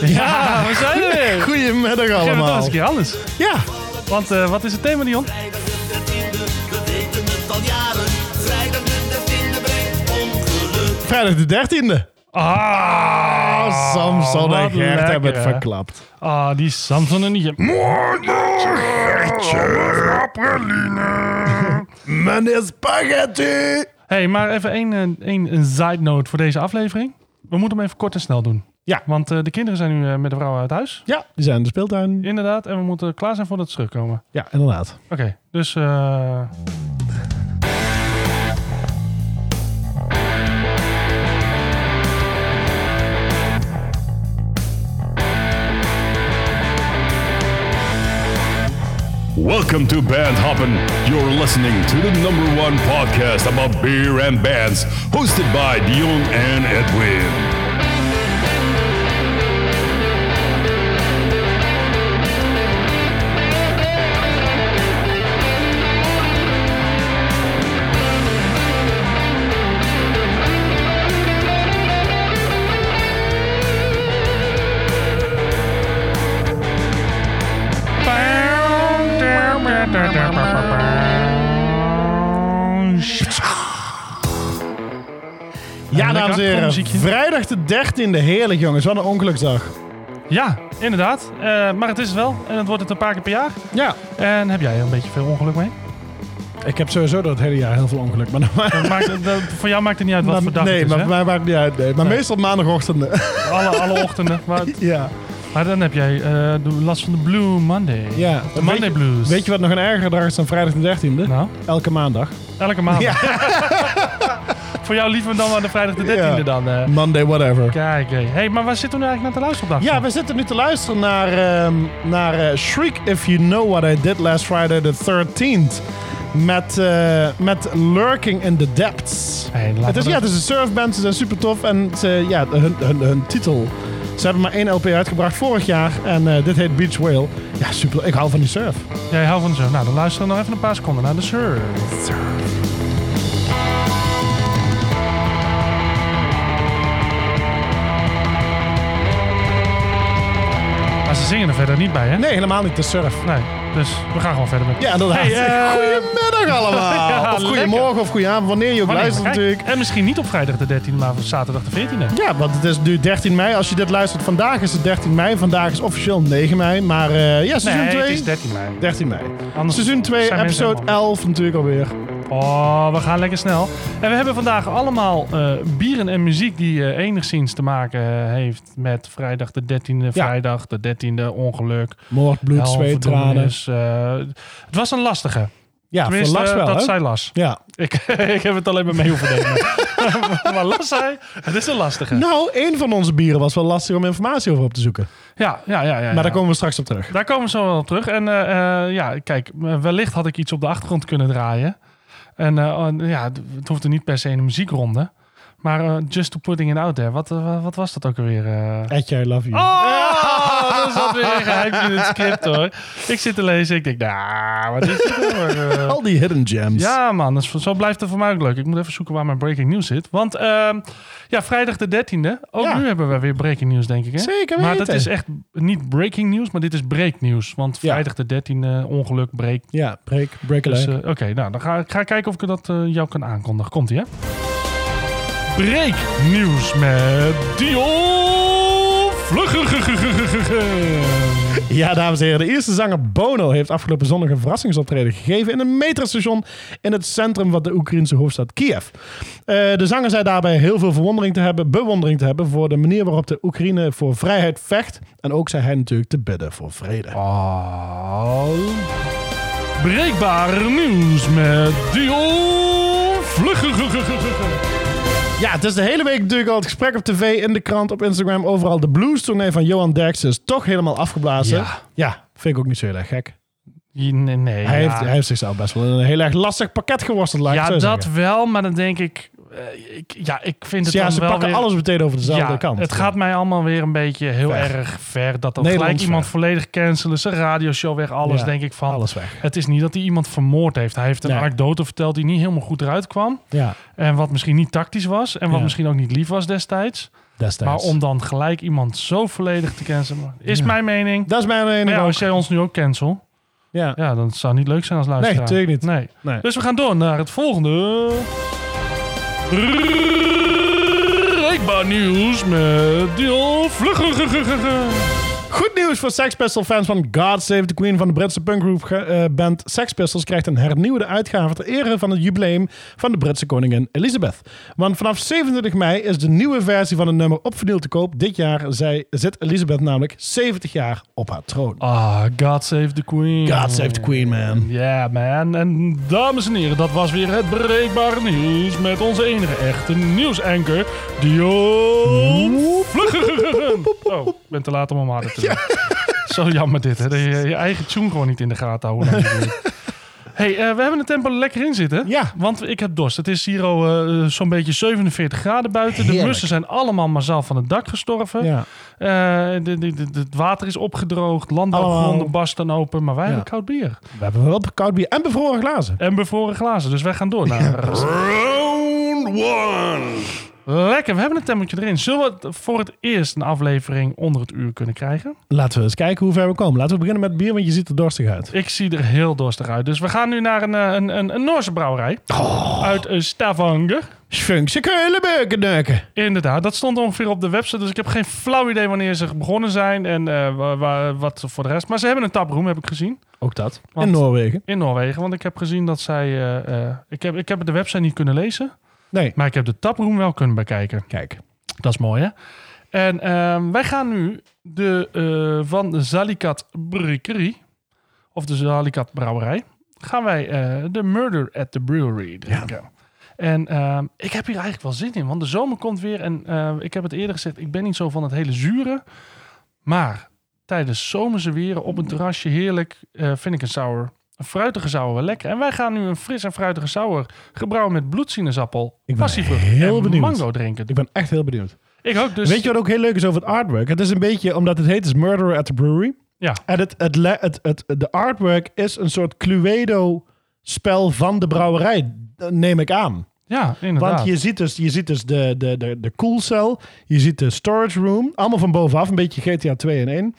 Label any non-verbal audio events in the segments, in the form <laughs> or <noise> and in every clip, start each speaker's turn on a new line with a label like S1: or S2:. S1: Ja, we zijn er weer.
S2: Goedemiddag
S1: We hebben toch eens
S2: allemaal.
S1: een keer alles.
S2: Ja,
S1: Want eh, wat is het thema, Dion?
S3: Vrijdag de 13e, we weten het al jaren. Vrijdag de 13e brengt ongeluk.
S2: vrijdag de 13e.
S1: Ah,
S2: Samson en
S1: wat
S2: Gert hebben het
S1: lekker, hè?
S2: verklapt.
S1: Ah, die Samson en die...
S2: Men is spaghetti.
S1: hey, maar even één, eh, één een side note voor deze aflevering. We moeten hem even kort en snel doen.
S2: Ja.
S1: Want eh, de kinderen zijn nu eh, met de vrouw uit huis.
S2: Ja, die zijn in de speeltuin.
S1: Inderdaad, en we moeten klaar zijn voordat ze terugkomen.
S2: Ja, inderdaad.
S1: Oké, dus... eh,
S4: Welcome to Band Hoppin'. You're listening to the number one podcast about beer and bands, hosted by Dion and Edwin.
S2: Ja, dames en
S1: lekker
S2: heren.
S1: achtergrondmuziekje.
S2: Vrijdag de 13e. Heerlijk, jongens. Wat een ongeluksdag.
S1: Ja, inderdaad. Eh, maar het is het wel. En het wordt het een paar keer per jaar.
S2: Ja.
S1: En heb jij een beetje veel ongeluk mee?
S2: Ik heb sowieso door het hele jaar heel veel ongeluk. Maar, <laughs> maar,
S1: Maakt, dat- voor jou maakt het niet uit wat voor dag
S2: nee,
S1: het is,
S2: maar,
S1: hè?
S2: maar, maar, ja, nee, maar meestal maandagochtenden.
S1: Alle, alle ochtenden. Maar,
S2: <laughs> ja.
S1: maar dan heb jij eh, de last van de Blue Monday.
S2: ja.
S1: De Monday
S2: weet,
S1: Blues.
S2: weet je wat nog een erger dag is dan vrijdag de 13e?
S1: Nou,
S2: Elke maandag.
S1: elke maand. <laughs> voor jou liever dan aan de vrijdag de 13e
S2: Ja.
S1: dan. eh.
S2: Monday, whatever.
S1: Kijk, hé. Hey, maar waar zitten we nu eigenlijk naar te luisteren op dag?
S2: Ja, we zitten nu te luisteren naar, ehm, naar eh, Shriek If You Know What I Did Last Friday the 13th. Met, eh, met Lurking in the Depths.
S1: Hey, laten
S2: het, is,
S1: we
S2: ja,
S1: dat-
S2: het is een surfband, ze zijn super tof. En ze, ja, hun, hun, hun titel. Ze hebben maar één LP uitgebracht vorig jaar. En eh, dit heet Beach Whale. Ja, super. Ik hou van die surf.
S1: Jij houdt van zo. Nou, dan luisteren we nog even een paar seconden naar de surf. Maar ze zingen er verder niet bij, hè?
S2: Nee, helemaal niet de surf.
S1: Nee, dus we gaan gewoon verder met...
S2: Ja, inderdaad.
S1: Hey, eh,
S2: <laughs> Goedemiddag allemaal.
S1: <laughs> Ja,
S2: of goedemorgen of goedenavond, wanneer je ook
S1: wanneer?
S2: luistert
S1: Kijk,
S2: natuurlijk.
S1: En misschien niet op vrijdag de 13e, maar op zaterdag de 14e.
S2: Ja, want het is nu 13 mei. Als je dit luistert, vandaag is het 13 mei. Vandaag is officieel 9 mei. Maar eh, ja, seizoen
S1: Nee,
S2: 2.
S1: het is 13 mei.
S2: 13 mei.
S1: Anders
S2: Seizoen 2,
S1: zijn mensen
S2: episode
S1: helemaal-
S2: 11 natuurlijk alweer.
S1: Oh, we gaan lekker snel. En we hebben vandaag allemaal eh, bieren en muziek die eh, enigszins te maken eh, heeft met vrijdag de 13e, vrijdag de 13e, ongeluk.
S2: Moord, bloed,
S1: hel,
S2: zweet, tranen.
S1: verdoemenis, eh, het was een lastige.
S2: Ja, voor
S1: Tenminste,
S2: last
S1: eh,
S2: wel,
S1: dat
S2: hè?
S1: zij las.
S2: Ja.
S1: Ik, <laughs> ik heb het alleen maar mee hoeven
S2: <laughs>
S1: nemen. maar las zij, het is een lastige.
S2: Nou, één van onze bieren was wel lastig om informatie over op te zoeken.
S1: Ja, ja, ja. ja
S2: Maar daar
S1: ja.
S2: komen we straks op terug.
S1: Daar komen we zo wel op terug. En eh, eh, ja, kijk, wellicht had ik iets op de achtergrond kunnen draaien. En eh, oh, ja, het- het hoefde niet per se in een muziekronde. Maar eh, just to putting it out there. Wat, eh, wat was dat ook alweer? eh?
S2: Etje, I love you.
S1: Oh, <laughs> dat zat weer een geheimje in het script hoor. Ik zit te lezen. Ik denk, nou, wat is dit nou voor, eh?
S2: Al die hidden gems.
S1: Ja, man, dat is- zo blijft het voor mij ook leuk. Ik moet even zoeken waar mijn breaking news zit. Want ehm, ja, vrijdag de 13e. Ook
S2: Ja.
S1: nu hebben we weer breaking news, denk ik. Hè?
S2: Zeker
S1: Maar dat
S2: weten.
S1: is echt niet breaking news, maar dit is breaknieuws. Want
S2: Ja.
S1: vrijdag de 13e, ongeluk, break.
S2: Ja, break, break a
S1: Dus,
S2: leg.
S1: eh, Oké, nou, dan ga ik ga ik kijken of ik dat eh, jou kan aankondigen. Komt-ie, hè? Breaknieuws met Dion Vlugger.
S2: Ja, dames en heren. De eerste zanger Bono heeft afgelopen zondag een verrassingsoptreden gegeven in een metrostation in het centrum van de Oekraïnse hoofdstad Kiev. Eh, de zanger zei daarbij heel veel verwondering te hebben, bewondering te hebben voor de manier waarop de Oekraïne voor vrijheid vecht. En ook zei hij natuurlijk te bidden voor vrede.
S1: Al. Breekbaar nieuws met Dion Vlugger.
S2: Ja, het is de hele week natuurlijk al het gesprek op tv, in de krant, op Instagram, overal. De blues tournee van Johan Derksen is toch helemaal afgeblazen.
S1: Ja.
S2: Ja, vind ik ook niet zo heel erg gek.
S1: Nee, nee.
S2: Hij,
S1: ja.
S2: heeft, hij heeft zichzelf best wel in een heel erg lastig pakket geworsteld, laat ik
S1: ja,
S2: het zo
S1: dat
S2: zeggen.
S1: wel, maar dan denk ik, eh, ik... Ja, ik vind
S2: Dus
S1: het
S2: ja,
S1: dan
S2: ze
S1: wel
S2: pakken
S1: weer-
S2: alles meteen over dezelfde
S1: ja,
S2: kant.
S1: Het gaat mij allemaal weer een beetje heel
S2: Ver.
S1: erg ver. Dat dan
S2: Nederlands
S1: gelijk iemand
S2: ver.
S1: volledig cancelen. Zijn radioshow weg, alles
S2: Ja,
S1: denk ik van.
S2: alles weg.
S1: Het is niet dat hij iemand vermoord heeft. Hij heeft een
S2: Nee.
S1: anekdote verteld die niet helemaal goed eruit kwam.
S2: Ja.
S1: En wat misschien niet tactisch was. En wat
S2: Ja.
S1: misschien ook niet lief was destijds. Maar
S2: destijds.
S1: om dan gelijk iemand zo volledig te cancelen, is mijn mening.
S2: Dat is mijn
S1: Maar
S2: mening
S1: ja,
S2: ook.
S1: als jij ons nu ook cancel,
S2: Ja.
S1: ja, dan zou het niet leuk zijn als luisteraar.
S2: Nee, tuurlijk niet.
S1: Nee.
S2: Nee.
S1: Dus we gaan door naar het volgende. Rijkbaar nieuws met Dion Vlugger.
S2: Goed nieuws voor Sex Pistols fans van God Save the Queen van de Britse punkgroep eh, band Sex Pistols krijgt een hernieuwde uitgave ter ere van het jubileum van de Britse koningin Elizabeth. Want vanaf 27 mei is de nieuwe versie van het nummer op vinyl te koop. Dit jaar zij, zit Elizabeth namelijk 70 jaar op haar troon.
S1: Ah, God Save the Queen.
S2: God Save the Queen, man.
S1: Ja, man. En dames en heren, dat was weer het breekbare nieuws met onze enige echte nieuwsanker, Dion Vluggen. Oh, ik ben te laat om hem harder te doen. Zo jammer dit, hè. Dat je je eigen tune gewoon niet in de gaten houden.
S2: <laughs>
S1: hey, eh, we hebben het tempo lekker in zitten.
S2: Ja.
S1: Want ik heb dorst. Het is hier al eh, zo'n beetje 47 graden buiten. De
S2: Heerlijk.
S1: mussen zijn allemaal massaal van het dak gestorven.
S2: Ja.
S1: Eh, de, de, de, de- het water is opgedroogd, landbouwgronden
S2: Allemaal.
S1: barsten open, maar wij hebben
S2: Ja.
S1: koud bier.
S2: We hebben wel koud bier en bevroren glazen.
S1: En bevroren glazen, dus wij gaan door naar...
S4: Round one.
S1: Lekker, we hebben een temmeltje erin. Zullen we het voor het eerst een aflevering onder het uur kunnen krijgen?
S2: Laten we eens kijken hoe ver we komen. Laten we beginnen met bier, want je ziet er dorstig uit.
S1: Ik zie er heel dorstig uit. Dus we gaan nu naar een, eh, een, een, een Noorse brouwerij. Uit eh, Stavanger.
S2: Schunkse keulenbeukendeuken.
S1: Inderdaad, dat stond ongeveer op de website. Dus ik heb geen flauw idee wanneer ze begonnen zijn en eh, wa- wa- wat voor de rest. Maar ze hebben een taproom, heb ik gezien.
S2: Ook dat.
S1: Want-
S2: In Noorwegen.
S1: In Noorwegen, want ik heb gezien dat zij... eh, eh, ik, heb, ik heb de website niet kunnen lezen.
S2: Nee.
S1: Maar ik heb de taproom wel kunnen bekijken.
S2: Kijk.
S1: Dat is mooi, hè? En ehm, wij gaan nu de eh, van de Zalikat Brikkerie, of de Zalikat Brouwerij, gaan wij eh, de Murder at the Brewery drinken. En ehm, ik heb hier eigenlijk wel zin in, want de zomer komt weer. En eh, ik heb het eerder gezegd, ik ben niet zo van het hele zure. Maar tijdens zomerse weer op een terrasje heerlijk eh, vind ik een sour. Een fruitige sour wel lekker. En wij gaan nu een fris en fruitige sour gebrouwen met bloedsinaasappel,
S2: ben
S1: passievrucht
S2: heel
S1: en
S2: benieuwd.
S1: mango drinken.
S2: Ik ben echt heel benieuwd.
S1: Ik ook, dus...
S2: Weet je wat ook heel leuk is over het artwork? Het is een beetje, omdat het heet is Murderer at the Brewery.
S1: Ja.
S2: En het, het, le- het, het, de artwork is een soort Cluedo-spel van de brouwerij, dat neem ik aan.
S1: Ja, inderdaad. Oh,
S2: Want je ziet dus, je ziet dus de, de, de, de koelcel, je ziet de storage room, allemaal van bovenaf, een beetje GTA 2 in 1.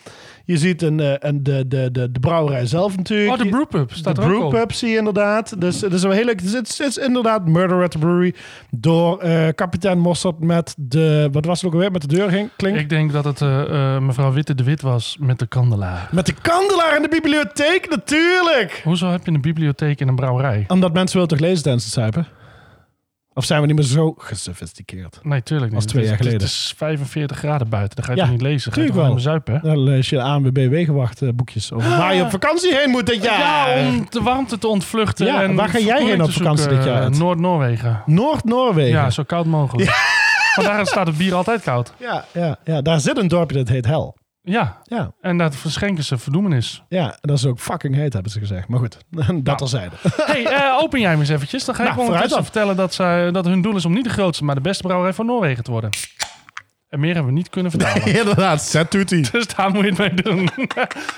S2: Je ziet een, eh, een, de, de, de, de brouwerij zelf natuurlijk.
S1: oh, de brewpub staat
S2: de
S1: er ook op.
S2: brewpub zie je inderdaad. Dus het is wel heel leuk. Het is, het is inderdaad Murder at the Brewery door eh, kapitein Mossert met de... Wat was het ook alweer? Met de deur ging, klinkt.
S1: Ik denk dat het eh, eh, mevrouw Witte de Wit was met de kandelaar.
S2: Met de kandelaar in de bibliotheek, natuurlijk!
S1: Hoezo heb je een bibliotheek in een brouwerij?
S2: Omdat mensen willen toch lezen tijdens het zuipen? Of zijn we niet meer zo gesofisticeerd?
S1: Nee, tuurlijk niet.
S2: Was twee
S1: Het is-
S2: jaar
S1: Het is 45 graden buiten, dan ga je
S2: Ja,
S1: toch niet lezen? Ga je
S2: tuurlijk
S1: toch gewoon
S2: wel.
S1: zuipen? hè?
S2: Dan lees je de ANWB Wegenwacht eh, boekjes over waar je op vakantie heen moet dit jaar.
S1: Ah. Ja, om de warmte te ontvluchten.
S2: Ja,
S1: en
S2: waar ga jij heen op
S1: te
S2: vakantie
S1: zoeken,
S2: dit jaar,
S1: eh,
S2: Ed?
S1: Noord-Noorwegen.
S2: Noord-Noorwegen.
S1: Ja,
S2: Ja,
S1: zo koud mogelijk. Want daar staat het bier altijd koud.
S2: ja, ja, daar zit een dorpje dat heet Hel.
S1: Ja,
S2: Ja,
S1: en daar verschenken ze verdoemenis.
S2: ja, en dat is ook fucking heet, hebben ze gezegd. Maar goed, <laughs> dat terzijde.
S1: hey, eh, open jij hem eens eventjes. Dan ga ik
S2: Nou,
S1: gewoon
S2: vooruit
S1: ondertussen
S2: dan.
S1: vertellen dat, zij, dat hun doel is om niet de grootste, maar de beste brouwerij van Noorwegen te worden. En meer hebben we niet kunnen vertalen.
S2: Inderdaad, zet toetie.
S1: <laughs> Dus daar moet je het mee doen. <laughs>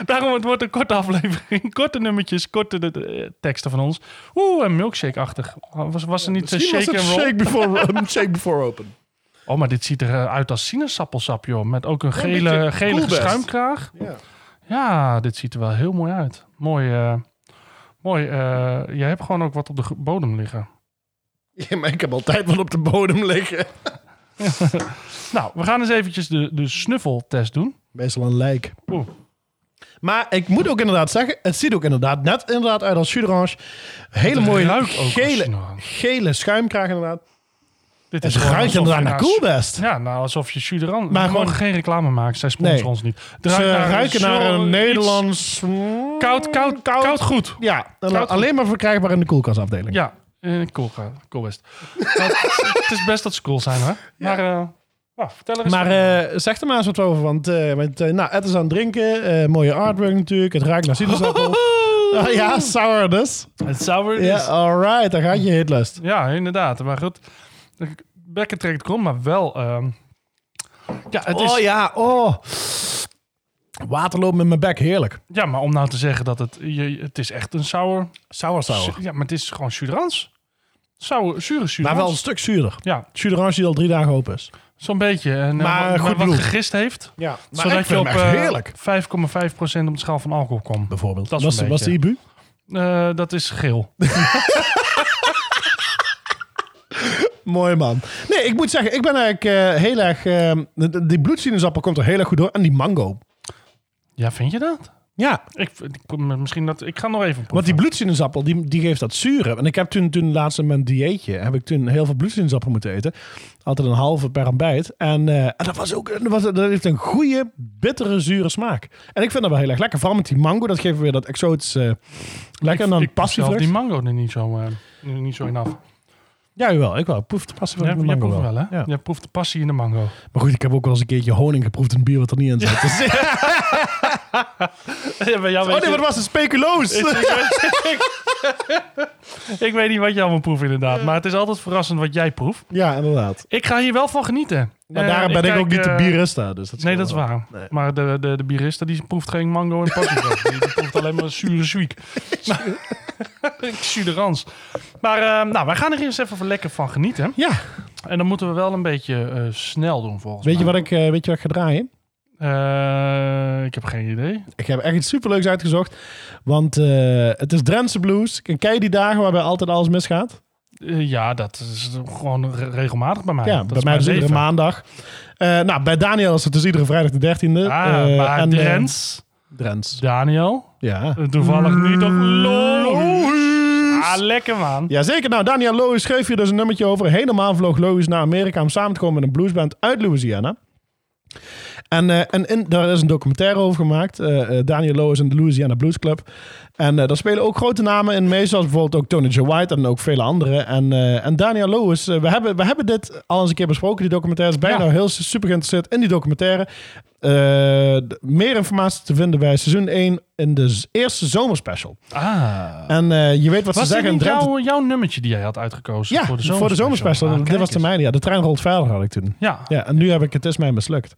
S1: Daarom het wordt een korte aflevering. Korte nummertjes, korte de, de, eh, teksten van ons. Oeh, en milkshake-achtig. Was, was er niet een shake and roll?
S2: before, <laughs> shake before open.
S1: Oh, maar dit ziet eruit als sinaasappelsap, joh. Met ook een gele,
S2: beetje
S1: gele
S2: Coolbest.
S1: schuimkraag.
S2: Ja.
S1: Ja, dit ziet er wel heel mooi uit. Mooi, eh, mooi. eh, jij hebt gewoon ook wat op de gro- bodem liggen.
S2: Ja, maar ik heb altijd wat op de bodem liggen.
S1: Nou, we gaan eens eventjes de, de snuffeltest doen.
S2: Meestal een lijk.
S1: Oeh.
S2: Maar ik moet ook inderdaad zeggen, het ziet ook inderdaad net inderdaad uit als Sudorange. Hele
S1: Het
S2: mooie
S1: ruikt ook als
S2: gele,
S1: Sudorange.
S2: gele schuimkraag inderdaad.
S1: Dit
S2: Het
S1: gewoon
S2: ruikt
S1: alsof je
S2: inderdaad naar Coolbest.
S1: Ja, nou, alsof je Suderan... Maar
S2: Maar
S1: we
S2: gewoon-
S1: mogen geen reclame maken. Zij sponsoren
S2: Nee.
S1: ons niet. Het
S2: Ze
S1: ruikt naar
S2: ruiken naar
S1: zoiets
S2: een Nederlands...
S1: Koud, koud, koud, goed.
S2: Ja,
S1: Koud goed.
S2: alleen maar verkrijgbaar in de koelkastafdeling.
S1: Ja, eh, cool, ga- cool best.
S2: <laughs>
S1: Maar het, het is best dat ze cool zijn, hè? Maar eh, nou, vertel er eens
S2: Maar
S1: wat.
S2: eh, zeg er maar eens wat over, want eh, met, eh, nou, het is aan het drinken. eh, mooie artwork natuurlijk. Het ruikt naar sinaasappel. Ah, <laughs> ja, sour dus.
S1: <laughs> het sour is...
S2: Ja, alright, daar gaat je hitlust.
S1: Ja, inderdaad. Maar goed, de bekken trekt krom, maar wel... ehm, ja, het is,
S2: Oh ja, oh. Waterloop met mijn bek, heerlijk.
S1: ja, maar om nou te zeggen dat het... Je, het is echt een sour...
S2: Sour sour.
S1: Ja, maar het is gewoon Suderans. Sour, zure Suderans.
S2: Maar wel een stuk zuurder.
S1: Ja,
S2: Zuurorange die al drie dagen open is.
S1: Zo'n beetje. En, eh,
S2: Maar
S1: wat-
S2: goed
S1: wat
S2: bloed.
S1: gegist heeft.
S2: Ja, maar
S1: zodat
S2: ik
S1: je
S2: vind
S1: op
S2: hem echt
S1: eh,
S2: heerlijk.
S1: 5,5% op de schaal van alcohol komt.
S2: Bijvoorbeeld.
S1: dat
S2: Dat
S1: is
S2: was,
S1: een
S2: was de
S1: beetje.
S2: IBU?
S1: Eh, dat is geel. <laughs>
S2: Mooi man. Nee, ik moet zeggen, ik ben eigenlijk eh, heel erg... eh, d- die bloedsinaasappel komt er heel erg goed door. En die mango.
S1: Ja, vind je dat?
S2: Ja,
S1: Ik, ik, misschien dat, ik ga nog even proeven.
S2: want die bloedsinaasappel, die, die geeft dat zure. En ik heb toen, toen laatst in mijn dieetje, heb ik toen heel veel bloedsinaasappel moeten eten. Altijd een halve per ontbijt. En, eh, en dat, was ook, dat, was, dat heeft een goede, bittere, zure smaak. En ik vind dat wel heel erg lekker. Vooral met die mango, dat geeft weer dat exotische eh, lekker. en dan
S1: ik proef zelf
S2: passievrucht.
S1: die mango er niet zo, eh, niet zo in af.
S2: Ja, jawel, ik wel. Ik Proef de
S1: Je,
S2: passievrucht
S1: je
S2: met mango
S1: proeft
S2: wel.
S1: wel, hè?
S2: Ja.
S1: Je proeft de passie in de mango. <laughs>
S2: Maar goed, ik heb ook wel eens een keertje honing geproefd en bier wat er niet in zat. Dus-
S1: Ja, maar ja, weet
S2: Oh nee,
S1: je-
S2: wat was een speculoos?
S1: <laughs> Ik weet niet wat je allemaal proeft inderdaad. Maar het is altijd verrassend wat jij proeft.
S2: Ja, inderdaad.
S1: Ik ga hier wel van genieten.
S2: Maar
S1: Eh,
S2: daar ben ik,
S1: kijk,
S2: ook niet
S1: eh,
S2: de bierista. Dus dat
S1: Nee,
S2: scheelt
S1: dat is
S2: wel.
S1: waar.
S2: Nee.
S1: Maar de, de, de bierista die proeft geen mango en
S2: <laughs>
S1: passievrucht. die, die proeft alleen maar zure <laughs> zwiek. Suderans. Maar eh, nou, wij gaan er eens even lekker van genieten.
S2: Ja,
S1: En dan moeten we wel een beetje eh, snel doen volgens
S2: weet je
S1: mij.
S2: wat ik, eh, weet je wat ik ga draaien?
S1: Eh, ik heb geen idee.
S2: Ik heb echt iets superleuks uitgezocht. Want eh, het is Drentse blues. Ken ken je die dagen waarbij altijd alles misgaat?
S1: Eh, ja, dat is gewoon re- regelmatig bij mij.
S2: ja,
S1: Ah, dat
S2: bij
S1: is
S2: mij
S1: mijn
S2: dus iedere
S1: leven.
S2: maandag. Eh, nou, bij Daniel is het dus iedere vrijdag de 13e.
S1: Ah,
S2: Eh,
S1: maar
S2: en, eh,
S1: Drents,
S2: Drents.
S1: Daniel,
S2: Ja.
S1: eh, toevallig nu toch Loos. Ah, lekker man.
S2: Jazeker. Nou, Daniel Lois schreef hier dus een nummertje over. Helemaal vloog Lois naar Amerika om samen te komen met een bluesband uit Louisiana. En, eh, en in- daar is een documentaire over gemaakt. eh, eh, Daniel Lois en de Louisiana Blues Club. En eh, daar spelen ook grote namen in mee. Zoals bijvoorbeeld ook Tony J. White en ook vele anderen. En, eh, en Daniel Lois, eh, we, hebben, we hebben dit al eens een keer besproken. Die documentaire is bijna
S1: Ja.
S2: heel su- super geïnteresseerd in die documentaire. Eh, d- meer informatie te vinden bij seizoen 1 in de z- eerste zomerspecial.
S1: Ah.
S2: En eh, je weet wat
S1: Was
S2: ze
S1: dit
S2: zeggen.
S1: niet
S2: Drenthe-
S1: jouw, jouw nummertje die jij had uitgekozen
S2: ja,
S1: voor de zomerspecial? Ah,
S2: Dit
S1: kijk
S2: was de
S1: eens.
S2: mijne. Ja, de trein rolt verder had ik toen.
S1: Ja,
S2: Ja, en nu heb ik het is mij mislukt.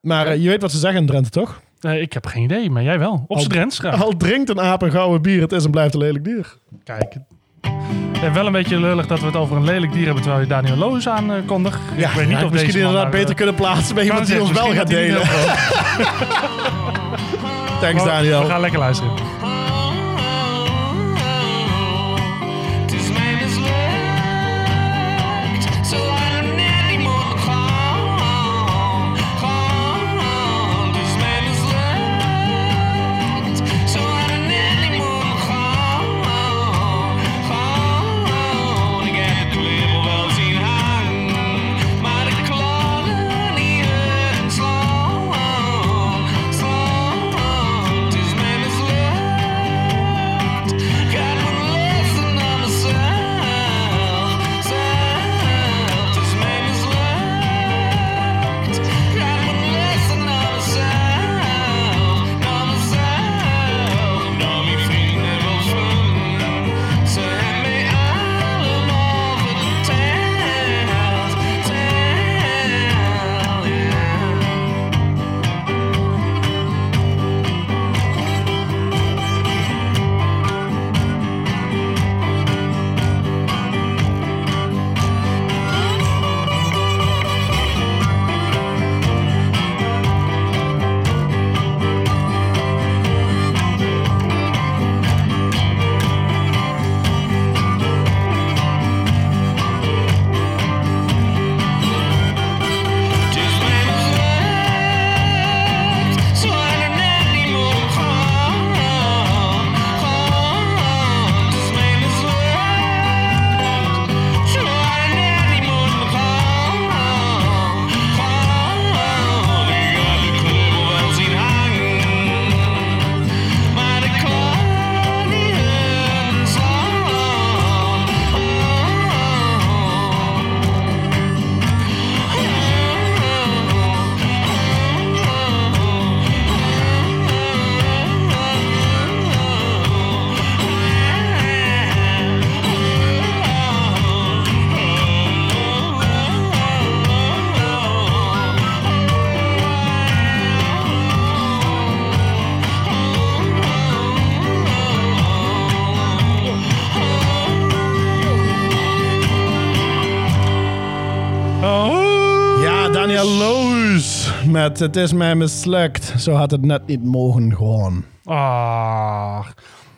S2: Maar eh, je weet wat ze zeggen in Drenthe, toch?
S1: eh, ik heb geen idee, maar jij wel. Op
S2: Al-
S1: z'n Drents graag.
S2: Al drinkt een aap een gouden bier, het is en blijft een lelijk dier.
S1: Kijk. Eh, wel een beetje lullig dat we het over een lelijk dier hebben terwijl je Daniel Loos aankondigt. ik weet niet
S2: had misschien
S1: of deze man
S2: inderdaad
S1: daar,
S2: beter
S1: eh,
S2: kunnen plaatsen bij iemand die
S1: kan
S2: ons wel
S1: zeggen,
S2: gaat
S1: misschien
S2: delen.
S1: dat hij niet
S2: <laughs> Thanks,
S1: heel veel-
S2: Daniel.
S1: eh, We gaan lekker luisteren.
S5: Het is mij mislukt, zolang het net niet mocht gaan. Gaan. Het is mij mislukt, zolang het net niet mocht gaan. Gaan. Ik heb de lippen wel zien hangen, maar de klagen niet horen slaan. Slaan. Het is mij mislukt.
S1: Oh.
S2: met het is mij mislukt. Zo had het net niet mogen gewoon.
S1: Ah,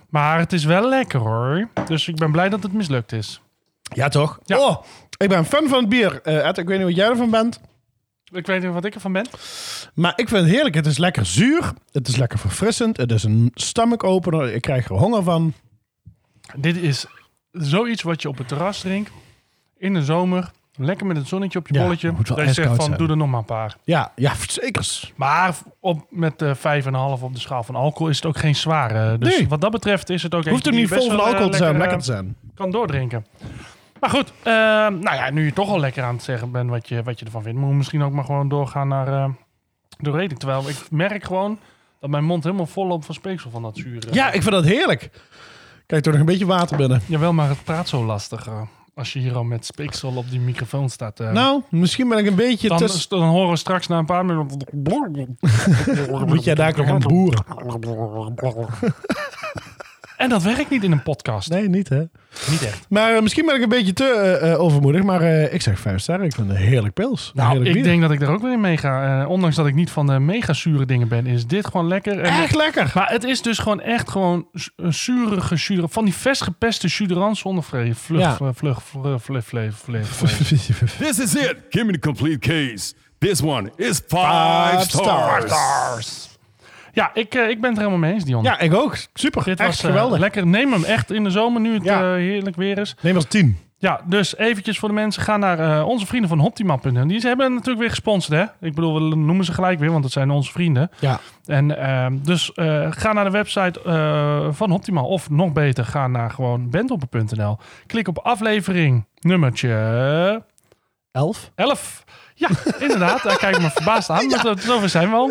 S1: maar het is wel lekker hoor. Dus ik ben blij dat het mislukt is.
S2: Ja, toch?
S1: Ja.
S2: Oh, ik ben fan van het bier. Eh, Ed, ik weet niet wat jij ervan bent.
S1: Ik weet niet wat ik ervan ben.
S2: Maar ik vind het heerlijk. Het is lekker zuur. Het is lekker verfrissend. Het is een stomach opener. Ik krijg er honger van.
S1: Dit is zoiets wat je op het terras drinkt. In de zomer. Lekker met het zonnetje op je
S2: Ja,
S1: bolletje.
S2: moet wel
S1: Dat je zegt
S2: ijskoud
S1: van,
S2: zijn.
S1: doe er nog maar een paar.
S2: Ja, ja, zekers.
S1: Maar op, met de 5,5 op de schaal van alcohol is het ook geen zware. Dus
S2: Nee.
S1: wat dat betreft is het ook
S2: Hoeft
S1: er
S2: er niet vol van alcohol te zijn, om lekker te zijn.
S1: eh, Kan doordrinken. Maar goed, eh, nou ja, nu je toch al lekker aan het zeggen bent wat je, wat je ervan vindt, moet je misschien ook maar gewoon doorgaan naar eh de rating. Terwijl ik merk gewoon dat mijn mond helemaal vol loopt van speeksel van dat eh. zure.
S2: Ja, ik vind dat heerlijk. Kijk, toch nog een beetje water binnen.
S1: Jawel, maar het praat zo lastig eh, als je hier al met speeksel op die microfoon staat. eh.
S2: Nou, misschien ben ik een beetje
S1: dan,
S2: tussen...
S1: dan horen we straks na een paar minuten...
S2: Moet jij daar ook gaan boeren?
S1: En dat werkt niet in een podcast.
S2: Nee, niet hè.
S1: Niet echt.
S2: Maar eh, misschien ben ik een beetje te eh, eh, overmoedig. Maar eh, ik zeg vijf sterren. Ik vind het een heerlijk pils. Een
S1: Nou,
S2: heerlijk
S1: ik
S2: bier.
S1: denk dat ik daar ook weer in mee ga. Eh, ondanks dat ik niet van de mega zure dingen ben, is dit gewoon lekker. En-
S2: Echt lekker.
S1: Maar het is dus gewoon echt gewoon z- een zurige jure. Van die vers gepeste juderans zonder vrees. Vlug, eh,
S2: Ja.
S1: vlug, vlug, vlug, vlug, vlug, vlug, vlug.
S4: This is it. Give me the complete case. This one is
S2: Five
S4: five stars.
S2: stars. <laughs>
S1: Ja, ik, eh, ik ben het er helemaal mee eens, Dion.
S2: ja, ik ook. Super.
S1: Dit
S2: echt
S1: was eh,
S2: geweldig.
S1: lekker. Neem hem echt in de zomer, nu het
S2: Ja.
S1: eh, heerlijk weer is.
S2: Neem als tien.
S1: Ja, dus eventjes voor de mensen. Ga naar eh, onze vrienden van Optimaal.nl. Die hebben natuurlijk weer gesponsord, hè? Ik bedoel, we noemen ze gelijk weer, want het zijn onze vrienden.
S2: Ja.
S1: En ehm, dus eh, ga naar de website eh, van Optimaal. Of nog beter, ga naar gewoon bentopper.nl. Klik op aflevering nummertje
S2: Elf.
S1: 11. Ja, <laughs> inderdaad. Daar kijk ik me verbaasd aan. Maar zo- zover zijn we
S2: <laughs>
S1: al.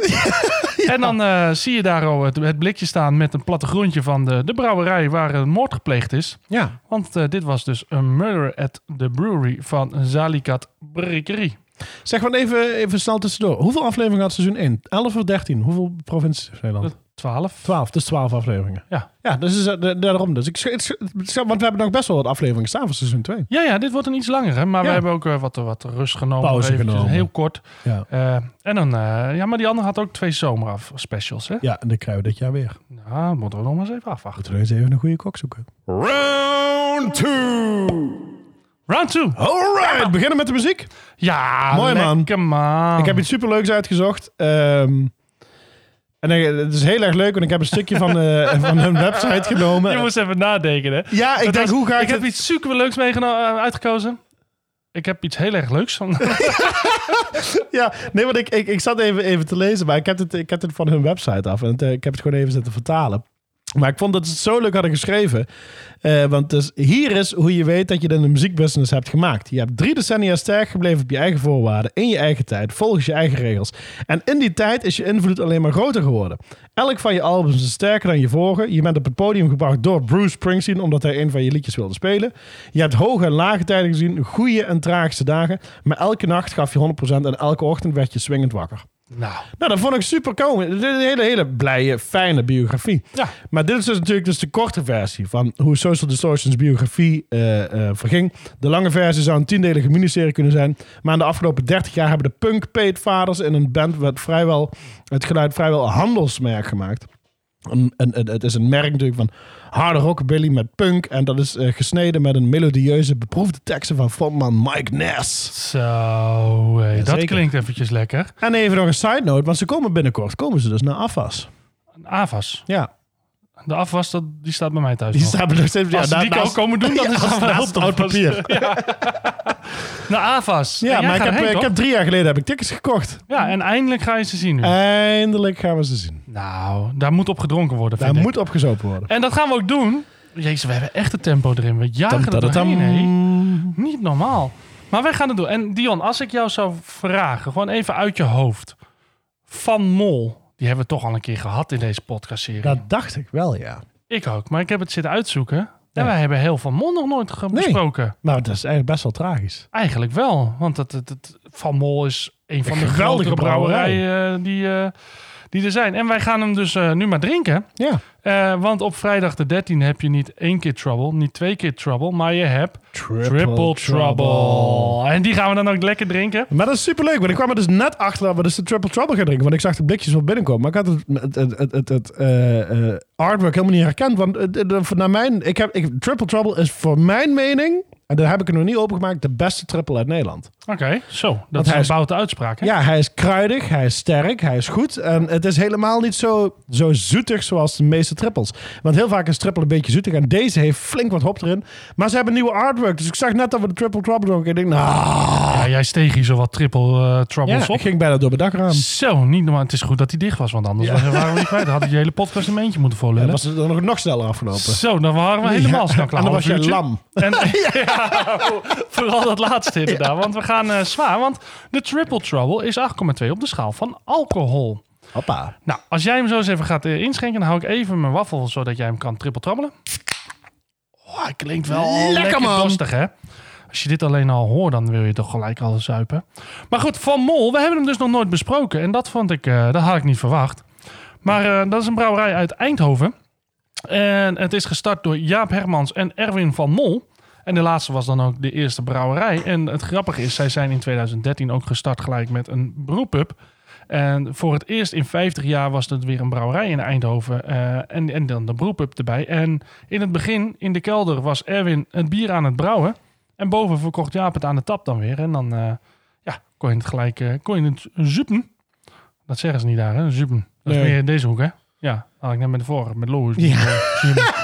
S1: En dan eh, zie je daar al het, het blikje staan met een plattegrondje van de, de brouwerij waar een moord gepleegd is.
S2: Ja.
S1: Want eh, dit was dus een murder at the brewery van Zalikat Brekerie.
S2: Zeg maar even, even snel tussendoor. Hoeveel afleveringen had seizoen 1? 11 of 13? Hoeveel provincies heeft Nederland?
S1: 12.
S2: 12. Dus 12 afleveringen.
S1: Ja.
S2: Ja, dus is, eh, da- daarom dus. Ik, sch- het sch- het sch- want we hebben nog best wel wat afleveringen staan voor seizoen 2.
S1: Ja, ja, dit wordt een iets langere, maar we
S2: Ja.
S1: hebben ook eh, wat, wat rust genomen.
S2: Pauze
S1: eventjes,
S2: genomen.
S1: Heel kort.
S2: Ja.
S1: Eh, en dan, eh, ja, maar die andere had ook twee zomeraf specials, hè?
S2: Ja, en dat krijgen we dit jaar weer.
S1: Nou, moeten we nog maar eens even afwachten.
S2: Moeten we eens even een goede kok zoeken.
S4: Round two.
S1: Round 2.
S2: Alright, we beginnen met de muziek.
S1: Ja,
S2: Mooi, man.
S1: lekker, man.
S2: Ik heb iets superleuks uitgezocht. Ehm, en eh, het is heel erg leuk, want ik heb een stukje van, eh, <laughs> van hun website genomen.
S1: Je moest even nadenken, hè?
S2: Ja, ik
S1: Dat
S2: denk,
S1: was-
S2: hoe ga ik,
S1: Ik heb
S2: dit-
S1: iets super leuks meegenomen, uitgekozen. Ik heb iets heel erg leuks. Van... <laughs>
S2: Ja, nee, want ik, ik, ik zat even, even te lezen, maar ik heb, het, ik heb het van hun website af. En het, eh, ik heb het gewoon even zitten vertalen. Maar ik vond dat ze het zo leuk hadden geschreven. Eh, want dus hier is hoe je weet dat je het in de muziekbusiness hebt gemaakt. Je hebt drie decennia sterk gebleven op je eigen voorwaarden, in je eigen tijd, volgens je eigen regels. En in die tijd is je invloed alleen maar groter geworden. Elk van je albums is sterker dan je vorige. Je bent op het podium gebracht door Bruce Springsteen omdat hij een van je liedjes wilde spelen. Je hebt hoge en lage tijden gezien, goede en traagste dagen. Maar elke nacht gaf je 100% en elke ochtend werd je swingend wakker.
S1: nou,
S2: Nou, dat vond ik super cool. Dit is een hele, hele blije, fijne biografie.
S1: Ja.
S2: Maar dit is dus natuurlijk dus de korte versie van hoe Social Distortion's biografie eh, eh, verging. De lange versie zou een tiendelige miniserie kunnen zijn. Maar in de afgelopen 30 jaar hebben de punk peetvaders in een band wat vrijwel, het geluid vrijwel handelsmerk gemaakt. Een, een, een- het is een merk natuurlijk van harde rockabilly met punk. En dat is eh, gesneden met een melodieuze, beproefde teksten van frontman Mike Ness.
S1: zo, hé, dat
S2: zeker.
S1: klinkt eventjes lekker.
S2: En even nog een side note, want ze komen binnenkort. Komen ze dus naar AFAS.
S1: Een AVAS.
S2: Ja,
S1: De afwas, dat, die staat bij mij thuis
S2: Die
S1: nog.
S2: staan er nog steeds.
S1: Oh. Als ze die kan
S2: <laughs>
S1: komen doen, dan is dat wel
S2: naast
S1: top.
S2: oud papier. Ja,
S1: De AVAS. En jij
S2: maar ik
S1: gaat
S2: heb, eh,
S1: heen,
S2: ik
S1: toch?
S2: heb drie jaar geleden heb ik tickets gekocht.
S1: Ja, en eindelijk ga je ze zien nu.
S2: Eh, Eindelijk gaan we ze zien.
S1: nou, daar moet op gedronken worden,
S2: Daar
S1: vind ik.
S2: moet opgezopen worden.
S1: En dat gaan we ook doen. Jezus, we hebben echt het tempo erin. We jagen er doorheen, hè?
S2: Tadadam.
S1: Niet normaal. Maar wij gaan het doen. En Dion, als ik jou zou vragen, gewoon even uit je hoofd. Van Mol, die hebben we toch al een keer gehad in deze podcastserie.
S2: Dat dacht ik wel, ja.
S1: Ik ook, maar ik heb het zitten uitzoeken.
S2: Ja.
S1: En wij hebben heel Van Mol nog nooit ge- besproken.
S2: Maar dat is eigenlijk best wel tragisch.
S1: Eigenlijk wel, want het, het, het- Van Mol is een van de
S2: Een geweldige
S1: grotere
S2: brouwerij.
S1: brouwerijen eh, die, eh, die er zijn. En wij gaan hem dus eh, nu maar drinken.
S2: Ja.
S1: Eh, want op vrijdag de 13 heb je niet één keer trouble, niet twee keer trouble, maar je hebt
S2: Triple
S1: triple
S2: trouble.
S1: trouble. En die gaan we dan ook lekker drinken.
S2: Maar dat is superleuk, want ik kwam er dus net achter dat we dus de Triple Trouble gaan drinken. Want ik zag de blikjes wel binnenkomen. Maar ik had het, het, het, het, het, het, eh, eh, artwork helemaal niet herkend. Want eh, het- het- het- naar mijn, ik heb, ik, Triple Trouble is voor mijn mening, en daar heb ik er nog niet opengemaakt, de beste triple uit Nederland.
S1: Oké, zo. Dat
S2: hij
S1: is
S2: is-
S1: een boute uitspraak, hè?
S2: Ja, hij is kruidig, hij is sterk, hij is goed. En het is helemaal niet zo, zo zoetig zoals de meeste trippels. Want heel vaak is triple een beetje zoetig. En deze heeft flink wat hop erin. Maar ze hebben nieuwe artwork. Dus ik zag net dat we de Triple Trouble dronken. Ik denk, nou...
S1: Ja, jij steeg hier zo wat triple eh, troubles
S2: Ja,
S1: op.
S2: ik ging bijna door mijn dakraam.
S1: Zo, niet normaal. Het is goed dat hij dicht was, want anders was- waren we niet kwijt. Dan had ik je hele podcast in mijn eentje moeten
S2: Dan
S1: voorlullen.
S2: was het nog, nog sneller afgelopen.
S1: Zo, dan waren we helemaal snel klaar.
S2: En dan was
S1: Half
S2: je
S1: uurtje.
S2: lam. <laughs>
S1: En, ja, voor- <laughs> vooral dat laatste inderdaad. Want we gaan eh, zwaar, want de triple trouble is 8,2 op de schaal van alcohol.
S2: Hoppa.
S1: Nou, als jij hem zo eens even gaat eh, inschenken, dan hou ik even mijn waffel zodat jij hem kan triple trabbelen. Oh, hij klinkt wel lekker,
S2: man.
S1: dorstig, hè? Als je dit alleen al hoort, dan wil je toch gelijk al zuipen. Maar goed, Van Mol, we hebben hem dus nog nooit besproken. En dat vond ik, eh, dat had ik niet verwacht. Maar eh, dat is een brouwerij uit Eindhoven. En het is gestart door Jaap Hermans en Erwin van Mol. En de laatste was dan ook de eerste brouwerij. En het grappige is, zij zijn in 2013 ook gestart gelijk met een brewpub. En voor het eerst in 50 jaar was het weer een brouwerij in Eindhoven. eh, en, en dan de brewpub erbij. En in het begin, in de kelder, was Erwin het bier aan het brouwen. En boven verkocht Jaap het aan de tap dan weer. En dan eh, ja, kon je het gelijk eh, kon je het zupen. Dat zeggen ze niet daar, hè? Zupen. Dat is
S2: Nee.
S1: meer in deze hoek, hè? Ja, had ik net met de vorige, met Loos.
S2: Ja.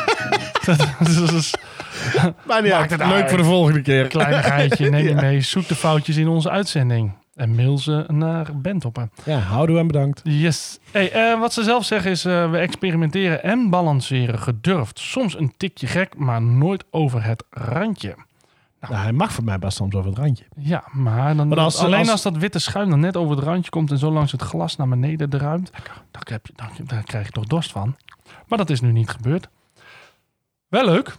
S2: <laughs>
S1: dat is dus
S2: Maar niet
S1: Maakt
S2: uit.
S1: het
S2: Leuk
S1: uit.
S2: voor de volgende keer.
S1: kleinigheidje, neem je mee. Zoek de foutjes in onze uitzending. En mail ze naar Bentoppen.
S2: Ja, houdoe en bedankt.
S1: Yes. Hey, eh, wat ze zelf zeggen is, eh, we experimenteren en balanceren gedurfd. Soms een tikje gek, maar nooit over het randje.
S2: Nou, hij mag voor mij best soms over het randje.
S1: Ja, maar, dan,
S2: Maar als-
S1: alleen
S2: als-
S1: als, dat witte schuim dan net over het randje komt en zo langs het glas naar beneden druimt, dan, heb je, dan, daar krijg je toch dorst van. Maar dat is nu niet gebeurd. Wel leuk.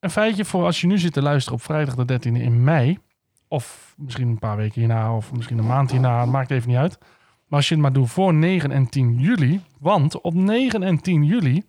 S1: Een feitje voor als je nu zit te luisteren op vrijdag de 13e in mei, of misschien een paar weken hierna, of misschien een maand hierna, het maakt even niet uit. Maar als je het maar doet voor 9 en 10 juli, want op 9 en 10 juli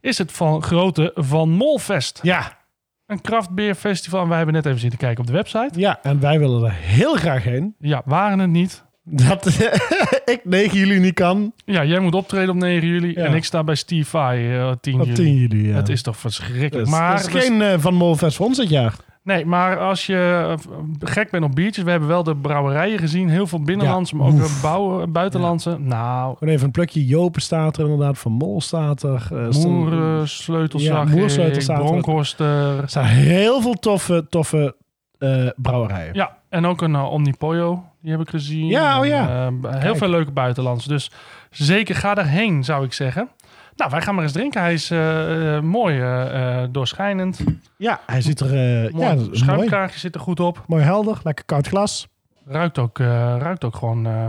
S1: is het van grote Van Molfest.
S2: Ja,
S1: Een kraftbeerfestival en wij hebben net even zitten kijken op de website.
S2: ja. En wij willen er heel graag heen.
S1: Ja, waren het niet.
S2: Dat <laughs> ik 9 juli niet kan.
S1: Ja, jij moet optreden op 9 juli
S2: Ja.
S1: en ik sta bij Steve Vai eh, 10
S2: Op
S1: juli.
S2: 10 juli, ja.
S1: Het is toch verschrikkelijk.
S2: Dus-
S1: maar,
S2: dat is geen eh, Van Molfest voor ons dit jaar.
S1: Nee, maar als je eh, gek bent op biertjes, we hebben wel de brouwerijen gezien. Heel veel binnenlandse,
S2: Ja,
S1: maar ook
S2: oef.
S1: weer bouwen, eh, buitenlandse. Nou,
S2: Gewoon even een plukje. Jopen staat er inderdaad. Van Mol staat er. eh,
S1: Moeren, Sleutelzak,
S2: Ja, Moer, Sleutelzak.
S1: Bronkhorster.
S2: Er staan heel veel toffe, toffe eh, brouwerijen.
S1: Ja, en ook een eh, Omnipollo, die heb ik gezien.
S2: Ja, oh ja.
S1: En, eh, heel veel leuke buitenlandse. Dus zeker ga daarheen, zou ik zeggen. Nou, wij gaan maar eens drinken. Hij is eh, eh, mooi eh, eh, doorschijnend.
S2: Ja, hij ziet er... eh,
S1: Mooi.
S2: ja, dat is mooi.
S1: Schuimkraagje zit er goed op.
S2: Mooi helder. Lekker koud glas.
S1: Ruikt ook, eh, ruikt ook gewoon eh,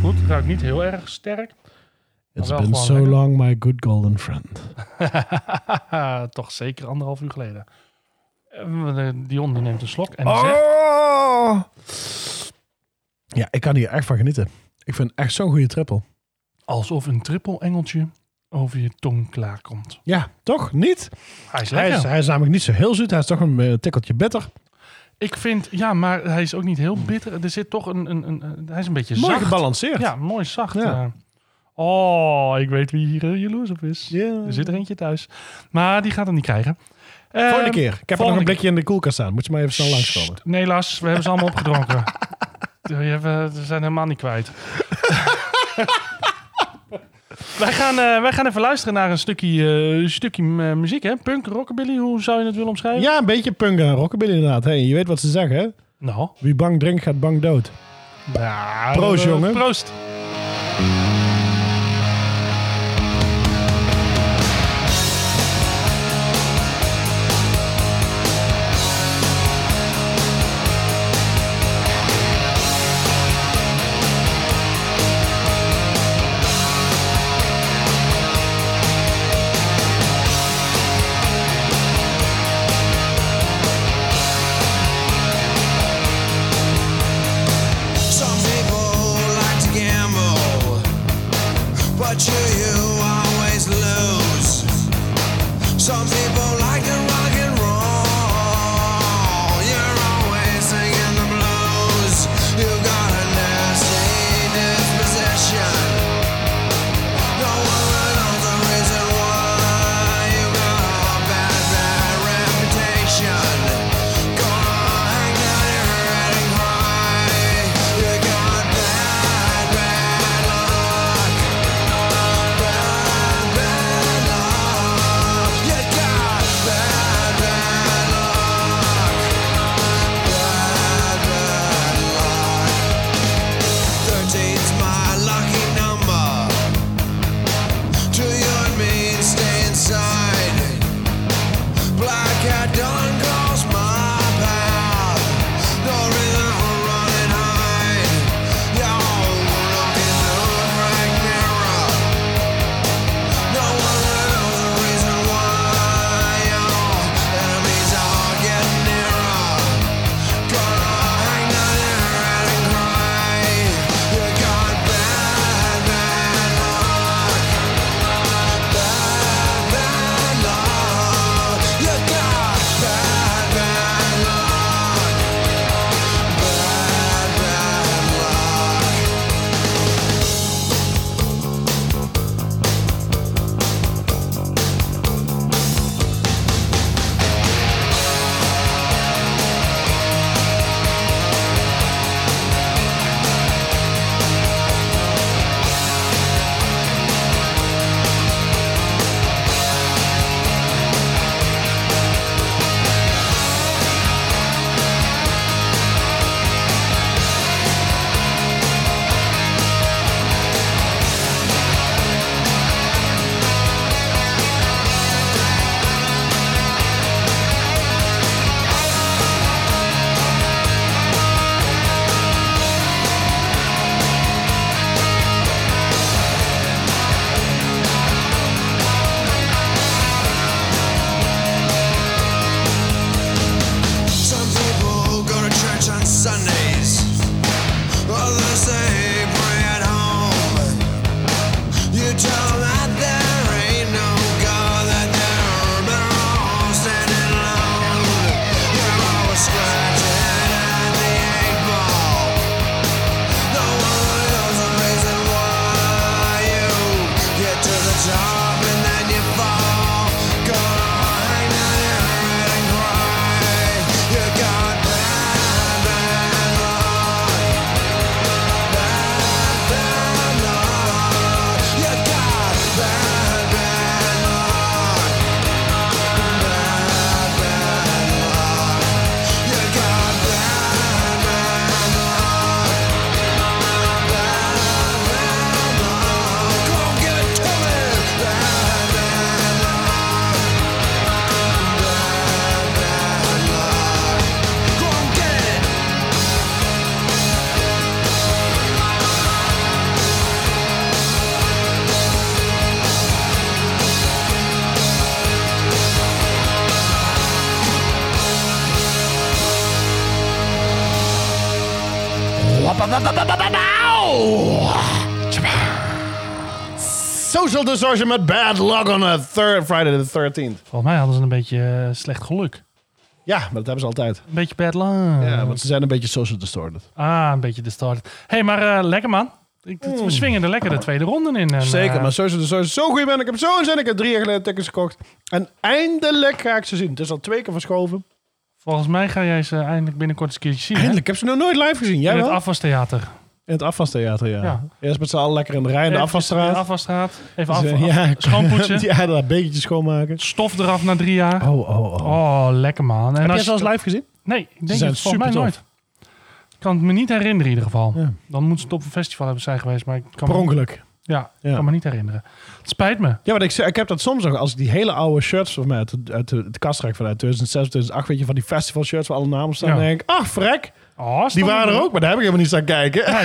S1: goed. Ruikt niet heel erg sterk.
S2: It's
S1: wel
S2: been
S1: gewoon
S2: so
S1: lekker.
S2: long, my good golden friend.
S1: Haha, <laughs> Toch zeker anderhalf uur geleden. Eh, Dion die neemt een slok en die zegt...
S2: Oh! Ja, ik kan hier echt van genieten. Ik vind het echt zo'n goede triple.
S1: Alsof een triple engeltje over je tong klaarkomt.
S2: Ja, toch? Niet?
S1: Hij is
S2: Hij
S1: lekker.
S2: is, hij is namelijk niet zo heel zoet. Hij is toch een eh, tikkeltje bitter.
S1: Ik vind... Ja, maar hij is ook niet heel bitter. Er zit toch een... een, een, een- hij is een beetje
S2: Mooi
S1: zacht.
S2: gebalanceerd.
S1: Ja, mooi zacht.
S2: Ja.
S1: eh. oh, ik weet wie hier eh, jaloers op is.
S2: Ja.
S1: Er zit er eentje thuis. Maar die gaat hem niet krijgen.
S2: Volgende
S1: Ehm,
S2: keer. Ik heb er nog
S1: volgende
S2: een blikje in de koelkast staan. Moet je maar even snel langskomen.
S1: Sst, Nee, Lars, we hebben ze allemaal opgedronken. Die hebben- eh, Ze zijn helemaal niet kwijt. <laughs> wij, gaan, eh, wij gaan even luisteren naar een stukje, eh, stukje eh, muziek, hè? Punk, rockabilly, hoe zou je het willen omschrijven?
S2: Ja, een beetje punk en rockabilly inderdaad. Hey, je weet wat ze zeggen, hè?
S1: Nou,
S2: Wie bang drinkt, gaat bang dood.
S1: ja,
S2: Proost,
S1: eh,
S2: jongen.
S1: Proost.
S6: Some people like to gamble. top and then you fall. Go hang on your head and cry. You got bad, bad luck. Bad, bad luck. You got bad, bad luck. Bad, bad luck. You got bad, bad luck. Come give it to me. Bad, bad luck. Bad, bad luck. Come get it.
S2: Social Distortion met Bad Luck on a third Friday the 13th.
S1: Volgens mij hadden ze een beetje eh, slecht geluk.
S2: Ja, maar dat hebben ze altijd.
S1: Een beetje bad luck.
S2: Ja, want ze zijn een beetje social distorted.
S1: Ah, een beetje de start. Hé, hey, maar eh, lekker man. Ik, We swingen er lekker de tweede ronde in. En,
S2: Hmm. Zeker,
S1: eh,
S2: maar social distorted. Zo goed ben ik. Ik heb zo'n zin. Ik heb drie jaar geleden tickets gekocht. En eindelijk ga ik ze zien. Het is al twee keer verschoven.
S1: volgens mij ga jij ze eindelijk binnenkort eens een keertje zien. hè?
S2: Eindelijk. Ik heb ze nog nooit live gezien. Jij
S1: In het
S2: wel?
S1: afwastheater.
S2: In het afwastheater, ja.
S1: Ja.
S2: Eerst met z'n allen lekker in de rij in de
S1: Even in
S2: afwasstraat.
S1: de afwasstraat. Even af,
S2: Dus,
S1: af-
S2: eh, ja, <laughs>
S1: schoonpoetsen.
S2: ja, dat bekertje schoonmaken.
S1: Stof eraf na drie jaar.
S2: Oh, oh, oh.
S1: Oh, lekker man. En
S2: Heb jij
S1: als
S2: ze al eens live gezien?
S1: Nee, ik denk
S2: zijn
S1: het volgens mij
S2: supertof.
S1: nooit. Ik kan het me niet herinneren in ieder geval.
S2: Ja.
S1: Dan moet ze het op een festival hebben zijn geweest. Maar ik kan,
S2: Per
S1: me,
S2: ongeluk.
S1: ja,
S2: Ja.
S1: kan me niet herinneren. Het spijt me.
S2: Ja, want ik, ik heb dat soms nog. Als ik die hele oude shirts van mij uit, de- uit de, het kastrijk vanuit 2006, 2008, weet je, van die festival shirts waar alle namen staan.
S1: Ja.
S2: Dan denk ik, ach, frek.
S1: Oh,
S2: Die
S1: stonden
S2: waren
S1: we-
S2: er ook, maar daar heb ik helemaal niet aan kijken. <laughs> Ja,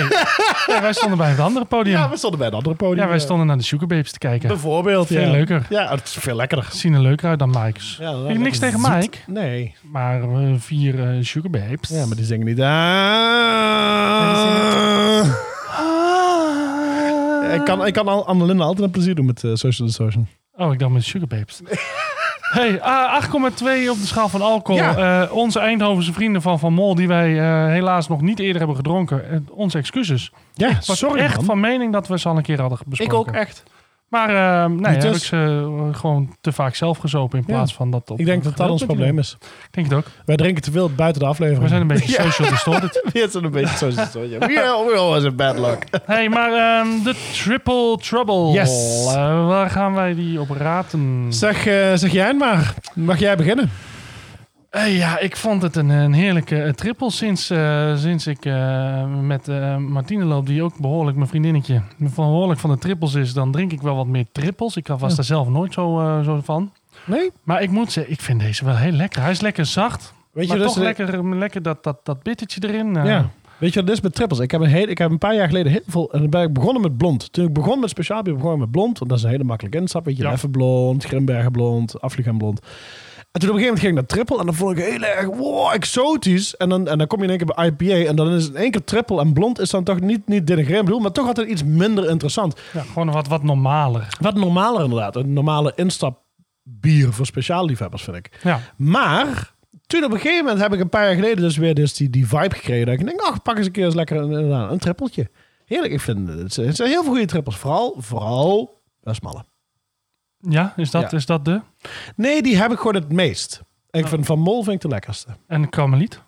S1: Ja, wij stonden bij het andere podium. Ja,
S2: we stonden bij een andere podium.
S1: wij stonden naar de Sugarbabes te kijken.
S2: Bijvoorbeeld,
S1: Veel
S2: ja.
S1: leuker.
S2: Ja, het is veel lekkerder.
S1: Zien er leuker uit dan Mike's.
S2: Ja,
S1: ik heb niks tegen
S2: zoet.
S1: Mike,
S2: Nee.
S1: maar eh, vier eh, Sugarbabes.
S2: Ja, maar die zingen niet. Ah. Ik kan, ik kan al- Annelinde altijd een plezier doen met eh, Social Distortion.
S1: Oh, ik dacht
S2: <laughs>
S1: met Sugarbabes. Hey, ah, 8,2 op de schaal van alcohol.
S2: Ja.
S1: Eh, onze Eindhovense vrienden van Van Mol, die wij eh, helaas nog niet eerder hebben gedronken. Eh, onze excuses.
S2: Ja,
S1: Ik was
S2: sorry
S1: echt
S2: man.
S1: van mening dat we ze al een keer hadden besproken.
S2: echt.
S1: Maar eh, nee,
S2: Niet
S1: heb
S2: dus.
S1: ik ze eh, gewoon te vaak zelf gezopen in
S2: Ja.
S1: plaats van dat op
S2: Ik denk dat dat ons probleem is.
S1: Ik denk het ook.
S2: Wij drinken te veel buiten de aflevering.
S1: We zijn een
S2: <laughs>
S1: beetje social distorted.
S2: Dit is een beetje zo. zo- zo- ja. We we always have bad luck.
S1: hey, maar ehm, de Triple Trouble.
S2: Yes.
S1: Eh, waar gaan wij die op
S2: <laughs>
S1: raten?
S2: Zeg, eh, zeg jij het maar. Mag jij beginnen?
S1: Eh, ja, ik vond het een, een heerlijke eh, triple sinds, eh, sinds ik eh, met eh, Martine loop, die ook behoorlijk mijn vriendinnetje van behoorlijk van de trippels is. Dan drink ik wel wat meer trippels. Ik was daar zelf nooit zo, eh, zo van.
S2: Nee?
S1: Maar ik moet zeggen, ik vind deze wel heel lekker. Hij is lekker zacht.
S2: Weet
S1: maar
S2: je, dat is-
S1: toch lekker, eh, lekker dat, dat, dat bittertje erin. eh.
S2: Ja. Weet je wat dit is met trippels? Ik heb, een heel, ik heb een paar jaar geleden heel veel... En dan ben ik begonnen met blond. Toen ik begon met speciaal bier, begon ik met blond. Want dat is een hele makkelijke instap. Weet je,
S1: Ja.
S2: Leffe blond, Grimbergen blond, Afligem blond. En toen op een gegeven moment ging ik naar triple. En dan vond ik heel erg, wow, exotisch. En dan, en dan kom je in één keer bij IPA. En dan is het in één keer triple. En blond is dan toch niet, niet denigrerend bedoeld. Maar toch altijd iets minder interessant.
S1: Ja, gewoon wat, wat normaler.
S2: Wat normaler inderdaad. Een normale instapbier voor speciaal liefhebbers, vind ik.
S1: Ja.
S2: Maar toen op een gegeven moment heb ik een paar jaar geleden dus weer dus die, die vibe gekregen. Dat ik denk, ach, pak eens een keer eens lekker een, een, een trippeltje. Heerlijk, ik vind het. zijn- Het zijn heel veel goede trippels. Vooral, vooral Westmalle.
S1: Ja, is dat,
S2: Ja.
S1: Is dat de?
S2: Nee, die heb ik gewoon het meest. En
S1: Oh.
S2: ik vind Van Mol vind ik de lekkerste.
S1: En Karmeliet.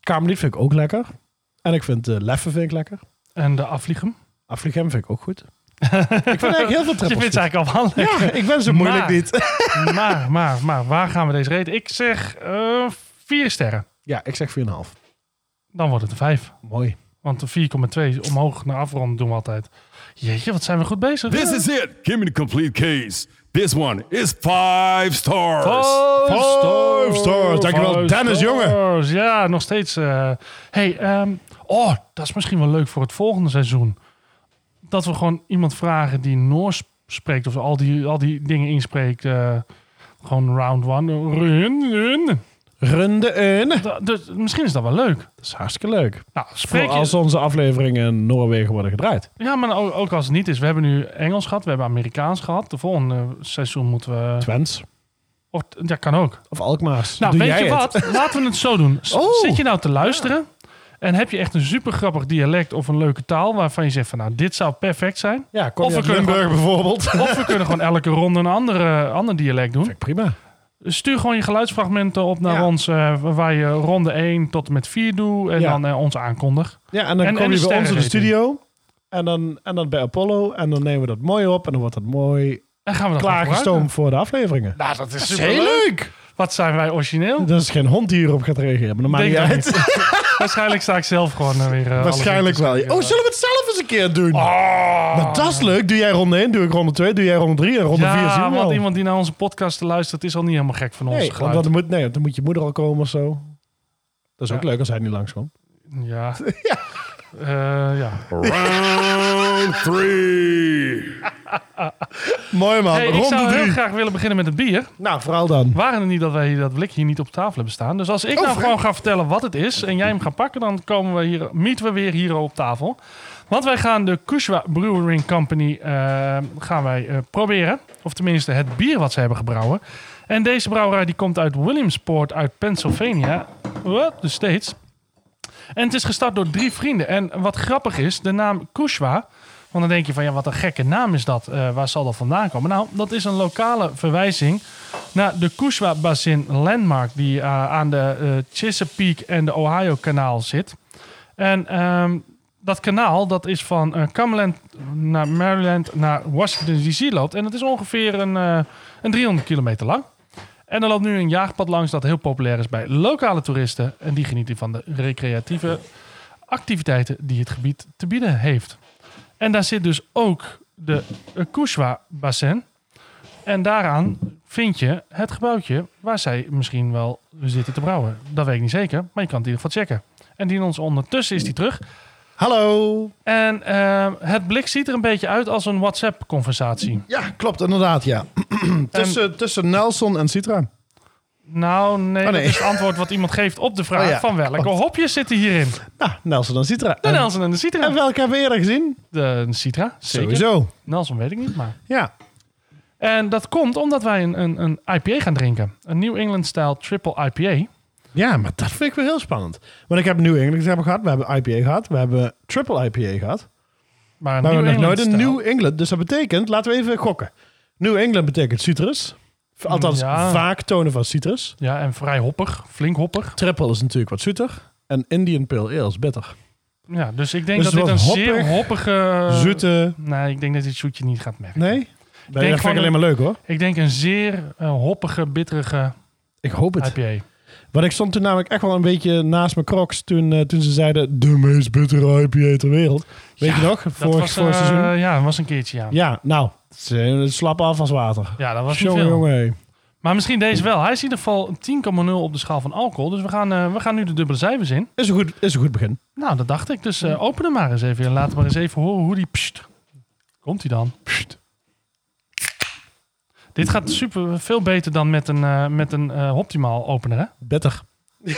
S2: Kamerlied vind ik ook lekker. En ik vind eh Leffe vind ik lekker.
S1: En de Afliegem.
S2: Afligem vind ik ook goed. ik vind eigenlijk heel veel trippels
S1: <laughs> Je vindt ze
S2: goed.
S1: eigenlijk al wel lekker.
S2: Ja, ik ben zo moeilijk
S1: Maar-
S2: niet.
S1: <laughs> Maar, maar, maar, waar gaan we deze reden? Ik zeg eh, vier sterren.
S2: ja, ik zeg 4,5.
S1: Dan wordt het een vijf.
S2: Mooi.
S1: Want de 4,2 omhoog naar afronden doen we altijd. Jeetje, wat zijn we goed bezig.
S4: This is it. Give me the complete case. This one is five stars.
S1: Five
S2: stars. Dankjewel,
S1: Five
S2: Dennis, jongen.
S1: stars. Ja, nog steeds. eh, hey, ehm, oh, dat is misschien wel leuk voor het volgende seizoen. Dat we gewoon iemand vragen die Noors spreekt. Of al die, al die dingen inspreekt. eh, gewoon round one. Run, run.
S2: Runde in. Dat
S1: Da- Dus misschien is dat wel leuk.
S2: is hartstikke leuk.
S1: Nou,
S2: Voor
S1: spreek je,
S2: als onze afleveringen in Noorwegen worden gedraaid.
S1: Ja, maar ook, ook als het niet is. We hebben nu Engels gehad. We hebben Amerikaans gehad. De volgende seizoen moeten we...
S2: Twents.
S1: Of, ja, kan ook.
S2: Of Alkmaars.
S1: Nou,
S2: Doe
S1: weet
S2: jij
S1: je
S2: het?
S1: wat? Laten we het zo doen. S-
S2: Oh.
S1: Zit je nou te luisteren? En heb je echt een super grappig dialect of een leuke taal waarvan je zegt van nou, dit zou perfect zijn.
S2: Ja, kom
S1: Of
S2: je
S1: we
S2: uit
S1: kunnen
S2: Limburg <laughs> bijvoorbeeld.
S1: Of we kunnen gewoon elke ronde een andere, ander dialect doen.
S2: Prima.
S1: Stuur gewoon je geluidsfragmenten op naar
S2: Ja.
S1: ons, eh, waar je ronde 1 tot en met 4 doet en
S2: Ja.
S1: dan eh, ons aankondig.
S2: Ja, en dan
S1: En-
S2: kom
S1: en
S2: je
S1: de
S2: bij ons in de
S1: sterrenrating.
S2: studio. En dan, en dan bij Apollo. En dan nemen we dat mooi op. En dan wordt dat mooi
S1: En gaan we dat gewoon gebruiken.
S2: klaargestoomd voor de afleveringen.
S1: Nou, dat is
S2: heel
S1: leuk. Wat zijn wij origineel?
S2: Dat is geen hond die hierop gaat reageren. Maar dat maakt
S1: Denk
S2: niet
S1: dat
S2: uit.
S1: niet. <laughs> Waarschijnlijk sta ik zelf gewoon eh, weer. eh, alle
S2: Waarschijnlijk wel.
S1: vinkjes
S2: Oh, zullen we het zelf eens een keer doen?
S1: Ah.
S2: Nou, dat is leuk. Doe jij ronde 1, doe ik ronde 2, doe jij ronde 3 en ronde 4 zien
S1: Ja,
S2: we wel.
S1: want iemand die naar onze podcast luistert is al niet helemaal gek van ons
S2: nee, want
S1: geluid.
S2: dan moet, nee, want dan moet je moeder al komen of zo. Dat is ook
S1: Ja.
S2: leuk als hij niet langskomt.
S1: Ja. Eh, ja.
S4: Round three.
S2: Mooi man,
S1: Hey, ik
S2: ronde
S1: zou
S2: 3.
S1: heel graag willen beginnen met een bier.
S2: Nou, vooral dan.
S1: Waren het niet dat wij hier dat blik hier niet op tafel hebben staan. Dus als ik nou gewoon ga vertellen wat het is en jij hem gaat pakken, dan komen we hier, mieten we weer hier op tafel. Want wij gaan de Kushwa Brewing Company eh, gaan wij, eh, proberen. Of tenminste het bier wat ze hebben gebrouwen. En deze brouwerij die komt uit Williamsport uit Pennsylvania. Wat? De States. En het is gestart door drie vrienden. En wat grappig is, de naam Kushwa. Want dan denk je van ja, wat een gekke naam is dat. Eh, waar zal dat vandaan komen? Nou, dat is een lokale verwijzing naar de Kushwa Basin Landmark. Die eh, aan de eh, Chesapeake en de Ohio kanaal zit. En ehm, dat kanaal dat is van eh, Cumberland naar Maryland naar Washington DC loopt. En dat is ongeveer een, eh, een 300 kilometer lang. En er loopt nu een jaagpad langs dat heel populair is bij lokale toeristen. En die genieten van de recreatieve activiteiten die het gebied te bieden heeft. En daar zit dus ook de eh, Kushwa Bassin. En daaraan vind je het gebouwtje waar zij misschien wel zitten te brouwen. Dat weet ik niet zeker, maar je kan het in ieder geval checken. En die in ons ondertussen is die terug.
S2: Hallo.
S1: En ehm, het blik ziet er een beetje uit als een WhatsApp-conversatie.
S2: Ja, klopt, inderdaad, ja. <clears throat> tussen, tussen Nelson en Citra.
S1: Nou, nee,
S2: Oh, nee.
S1: dat is het antwoord wat iemand geeft op de vraag
S2: Oh ja.
S1: van welke hopjes zitten hierin.
S2: Nou, Nelson en Citra.
S1: De
S2: En-
S1: Nelson en de
S2: En
S1: Citra.
S2: welke hebben we eerder gezien?
S1: De Citra, zeker.
S2: Sowieso.
S1: Nelson weet ik niet, maar...
S2: Ja.
S1: En dat komt omdat wij een, een, een IPA gaan drinken. Een New England-style triple IPA.
S2: Ja, maar dat vind ik wel heel spannend. Want ik heb New England hebben gehad, we hebben IPA gehad, we hebben Triple IPA gehad.
S1: Maar
S2: Maar
S1: een
S2: we
S1: New
S2: hebben nog nooit een
S1: England-style.
S2: New England. Dus dat betekent, laten we even gokken. New England betekent citrus. Althans,
S1: Ja.
S2: vaak tonen van citrus.
S1: Ja, en vrij hoppig. Flink hoppig.
S2: Triple is natuurlijk wat zoeter. En Indian Pale Ale is bitter.
S1: Ja, dus ik denk
S2: Dus
S1: dat dit een
S2: wat
S1: zeer
S2: hoppig,
S1: hoppige...
S2: Zoete.
S1: Nee, ik denk dat dit zoetje niet gaat merken.
S2: Nee? Dat vind ik
S1: gewoon
S2: alleen maar leuk hoor.
S1: Ik denk een zeer eh, hoppige, bitterige
S2: Ik hoop het.
S1: IPA.
S2: Want ik stond toen namelijk echt wel een beetje naast mijn crocs toen, eh, toen ze zeiden de meest bittere IPA ter wereld. Weet je nog?
S1: Dat
S2: Vorig,
S1: was,
S2: vorig
S1: eh,
S2: seizoen.
S1: Ja, dat was een keertje, ja. Ja,
S2: Ja, nou. Ze slappen af als water.
S1: dat was niet
S2: Jongen,
S1: veel.
S2: jongen. hé.
S1: Maar misschien deze wel. Hij is in ieder geval een 10,0 op de schaal van alcohol. Dus we gaan, eh, we gaan nu de dubbele cijfers in.
S2: Is een goed, is een goed begin.
S1: Nou, dat dacht ik. Dus eh, open hem maar eens even. En laten we maar eens even horen hoe die... Pst. Komt hij dan? Pst. Dit gaat super veel beter dan met een, eh, met een eh, Optimaal opener, hè?
S2: Bitter.
S6: Ja,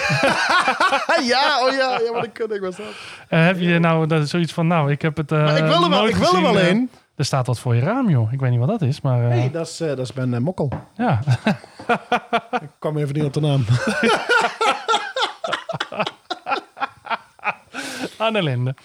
S6: oh ja, ja, wat een kut ik was dat.
S1: Eh, heb je nou dat is zoiets van, nou, ik heb het eh,
S2: ik wil er wel,
S1: nooit
S2: ik wil er
S1: gezien,
S2: wel
S1: eh,
S2: in.
S1: er staat wat voor je raam, joh. Ik weet niet wat dat is, maar eh,
S2: Nee, dat is, eh, dat is mijn eh, mokkel.
S1: ja. <laughs>
S2: Ik kwam even niet op de naam.
S1: Annelinde. <laughs>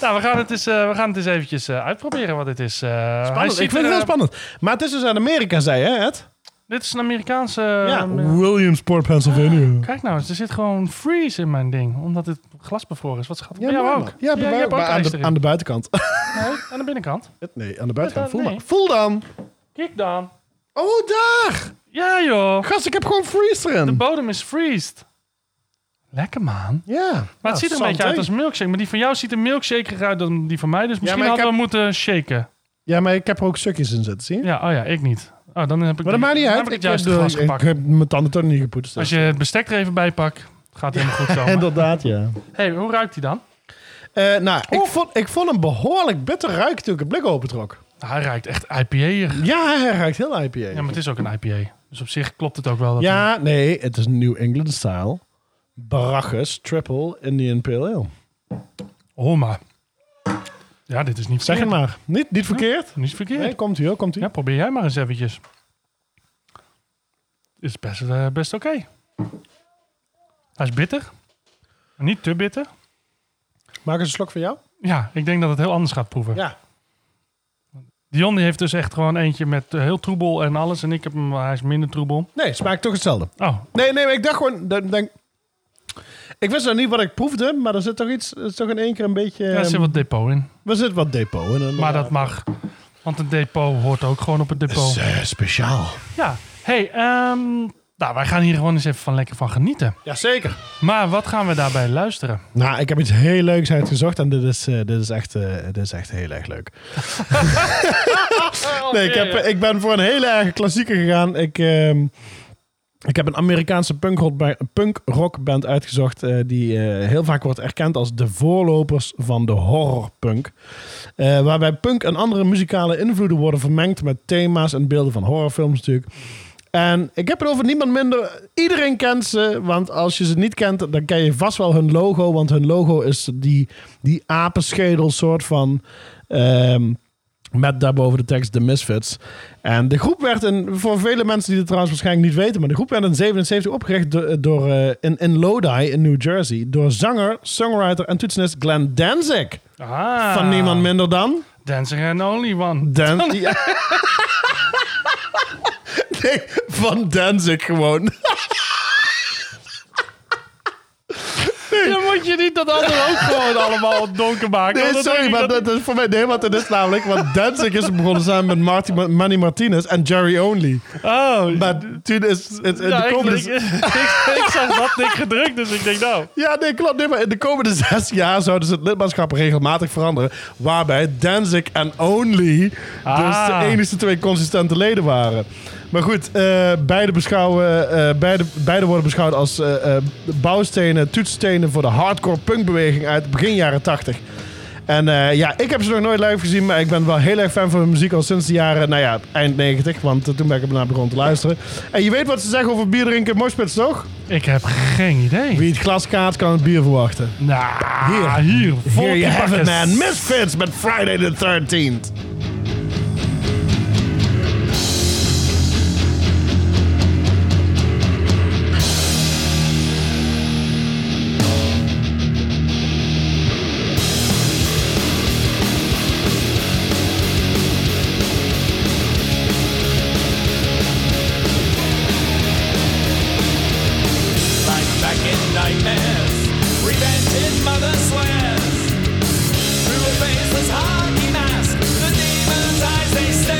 S1: nou, we gaan het eens, eh, we gaan het eens eventjes eh, uitproberen wat dit is. Eh, hij
S2: Spannend.
S1: ziet
S2: Ik vind het
S1: er,
S2: heel
S1: eh,
S2: spannend. Maar het is dus uit Amerika, zei je, hè, Ed?
S1: Dit is een Amerikaanse...
S2: ja,
S1: eh,
S2: Williamsport, Pennsylvania.
S1: Kijk nou eens, er zit gewoon freeze in mijn ding. Omdat het glas bevroren is. Wat schat. Ja, jou
S2: maar-
S1: ook.
S2: Ja, bij mij
S1: jij hebt
S2: ook, maar aan
S1: ijs
S2: de,
S1: erin.
S2: aan de buitenkant. <laughs>
S1: Nee, aan de binnenkant.
S2: nee, aan de buitenkant. Voel,
S1: Nee.
S2: maar. Voel dan.
S1: Kijk dan.
S2: Oh, daar!
S1: Ja, joh.
S2: Gast, ik heb gewoon freeze erin.
S1: Bodem is freezed. Lekker, man.
S2: Ja. Ah,
S1: Maar het ziet er een beetje uit als milkshake. Maar die van jou ziet er milkshakeriger uit dan die van mij. Dus misschien
S2: maar ik
S1: hadden we moeten shaken.
S2: Ja, maar ik heb er ook stukjes in zitten, zie je?
S1: Ja, oh ja, ik niet. Oh, dan heb ik
S2: Maar dat maakt niet
S1: die- dan
S2: uit.
S1: heb
S2: Ik
S1: ik het juiste
S2: heb de-
S1: glas gepakt.
S2: Ik heb mijn tanden toch niet gepoetst. dus.
S1: Als je het bestek er even bij pakt, gaat het helemaal
S2: <laughs>
S1: goed komen.
S2: Inderdaad, ja.
S1: hey, hoe ruikt die dan?
S2: Eh, nou, ik
S1: Oh.
S2: vond, ik vond hem behoorlijk bitter ruiken toen ik het blik opentrok.
S1: Nou, hij ruikt echt IPA'er.
S2: Ja, hij ruikt heel IPA.
S1: Ja,
S2: Ja,
S1: maar het is ook een IPA. Dus op zich klopt het ook wel. Dat
S2: nee, het is New England style. Baracus Triple Indian Pale Ale.
S1: Oh, maar. Ja, dit is niet
S2: Zeg het
S1: verkeerd.
S2: maar. Niet, niet verkeerd?
S1: Niet verkeerd.
S2: Nee, komt hier, komt
S1: Ja,
S2: hier.
S1: probeer jij maar eens eventjes. Is best, eh, best oké. Hij is bitter. Niet te bitter.
S2: Maak eens een slok van jou.
S1: Ja, ik denk dat het heel anders gaat proeven.
S2: Ja.
S1: Dion die heeft dus echt gewoon eentje met eh, heel troebel en alles. En ik heb hem, hij is minder troebel.
S2: Nee, het smaakt toch hetzelfde.
S1: Oh,
S2: Nee, nee, maar ik dacht gewoon... dat- Denk, ik wist nog niet wat ik proefde, maar er zit toch iets... Er is toch in één keer een beetje...
S1: daar zit
S2: ehm,
S1: wat depot in.
S2: er zit wat depot in. En,
S1: Maar
S2: ja,
S1: dat mag. Want een depot hoort ook gewoon op het depot.
S2: is, eh, speciaal.
S1: Ja. hey, ehm, nou, wij gaan hier gewoon eens even van lekker van genieten.
S2: Jazeker.
S1: Maar wat gaan we daarbij luisteren?
S2: Nou, ik heb iets heel leuks uitgezocht en dit is, eh, dit is, echt, eh, dit is echt heel erg leuk. nee, ik, heb, ik ben voor een hele erge klassieker gegaan. Ik, ehm, ik heb een Amerikaanse punkrockba- punkrockband uitgezocht eh, die eh, heel vaak wordt erkend als de voorlopers van de horrorpunk. Eh, waarbij punk en andere muzikale invloeden worden vermengd met thema's en beelden van horrorfilms natuurlijk. En ik heb het over niemand minder. Iedereen kent ze, want als je ze niet kent, dan ken je vast wel hun logo. Want hun logo is die, die apenschedel soort van... ehm, met daarboven de tekst The Misfits. En de groep werd, in, voor vele mensen die het trouwens waarschijnlijk niet weten... maar de groep werd in 77 opgericht do- door, eh, in, in Lodi, in New Jersey... door zanger, songwriter en toetsenist Glenn Danzig.
S1: Ah,
S2: eh, Van niemand minder dan...
S1: Dancing and Only One. <laughs>
S2: Dan... Ja. nee, van Danzig gewoon.
S1: Dan moet je niet dat anderen ook gewoon allemaal donker maken.
S2: Nee, sorry, maar dat, dat is voor mij... Nee, want dat is namelijk... Want Danzig is begonnen samen met Marty, Manny Martinez en Jerry Only.
S1: Oh,
S2: Maar eh, toen is... Het, het, de komende,
S1: <laughs> ik, zag dat dik gedrukt, dus ik denk nou...
S2: Ja, nee, klopt. Nee, maar in de komende <laughs> zes jaar zouden ze het lidmaatschap regelmatig veranderen. Waarbij Danzig en Only dus
S1: Ah.
S2: de enige twee consistente leden waren. Maar goed, eh, beide, beschouwen, eh, beide, beide worden beschouwd als eh, eh, bouwstenen, toetsstenen voor de hardcore punkbeweging uit begin jaren 80. En eh, ja, ik heb ze nog nooit live gezien, maar ik ben wel heel erg fan van hun muziek al sinds de jaren, nou ja, eind 90, want eh, toen ben ik ernaar begonnen te luisteren. En je weet wat ze zeggen over bier drinken en moshpits, toch?
S1: Ik heb geen idee.
S2: Wie het glas kaart kan het bier verwachten.
S1: Nou,
S2: Hier.
S1: hier, hier, vol
S2: Here you have it,
S1: kikkers.
S2: man. Misfits met Friday the 13th.
S5: Life back in nightmares, revenge in mother's wares. Through a faceless hockey mask, the demon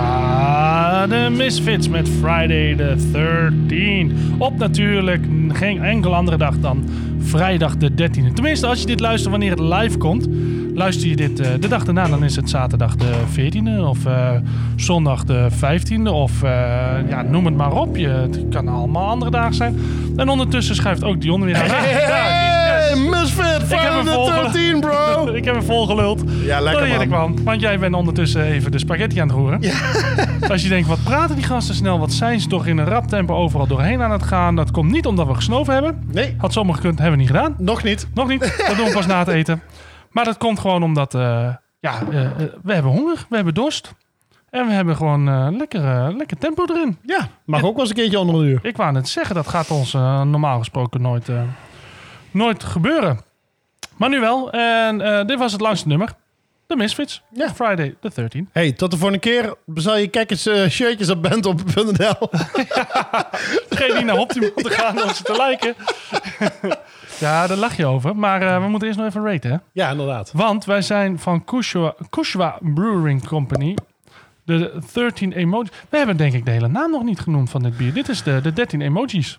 S1: Ah, Misfits met Friday the 13th. Op natuurlijk geen enkele andere dag dan vrijdag de 13e. Tenminste, als je dit luistert wanneer het live komt, luister je dit eh, de dag daarna, dan is het zaterdag de 14e of eh, zondag de 15e of eh, ja, noem het maar op. Je, het kan allemaal andere dagen zijn. En ondertussen schuift ook Dion weer aan.
S2: Hey, Misfit,
S1: hem
S2: Final
S1: volgende.
S2: 13, bro!
S1: Ik heb hem volgeluld.
S7: Oh. Ja, lekker,
S1: Totdat je er
S7: man.
S1: kwam. Want jij bent ondertussen even de spaghetti aan het roeren. <laughs> Als je denkt, wat praten die gasten snel? Wat zijn ze toch in een rap tempo overal doorheen aan het gaan? Dat komt niet omdat we gesnoven hebben.
S2: Nee.
S1: Had zomaar gekund, hebben we niet gedaan.
S2: Nog niet.
S7: <laughs>
S1: Nog niet. Dat doen we pas na het eten. Maar dat komt gewoon omdat, eh, ja, eh, eh, we hebben honger, we hebben dorst. En we hebben gewoon eh, lekker, eh, lekker tempo erin.
S2: Ja, mag ook wel eens een keertje onder een uur.
S1: Ik wou net zeggen, dat gaat ons eh, normaal gesproken nooit, eh, nooit gebeuren. Maar nu wel. En eh, dit was het langste nummer. De Misfits.
S2: Ja.
S1: Friday the 13th.
S2: Hey, tot de volgende keer. Bestel je kijkers eh, shirtjes op bandop.nl.
S1: Vergeet niet naar Optimum te gaan om ze te liken. <laughs> ja, daar lach je over. Maar eh, we moeten eerst nog even raten, hè?
S2: <laughs> ja, inderdaad.
S1: Want wij zijn van Kushwa, Kushwa Brewing Company. De 13 emojis. We hebben denk ik de hele naam nog niet genoemd van dit bier. Dit is de, de 13 emojis.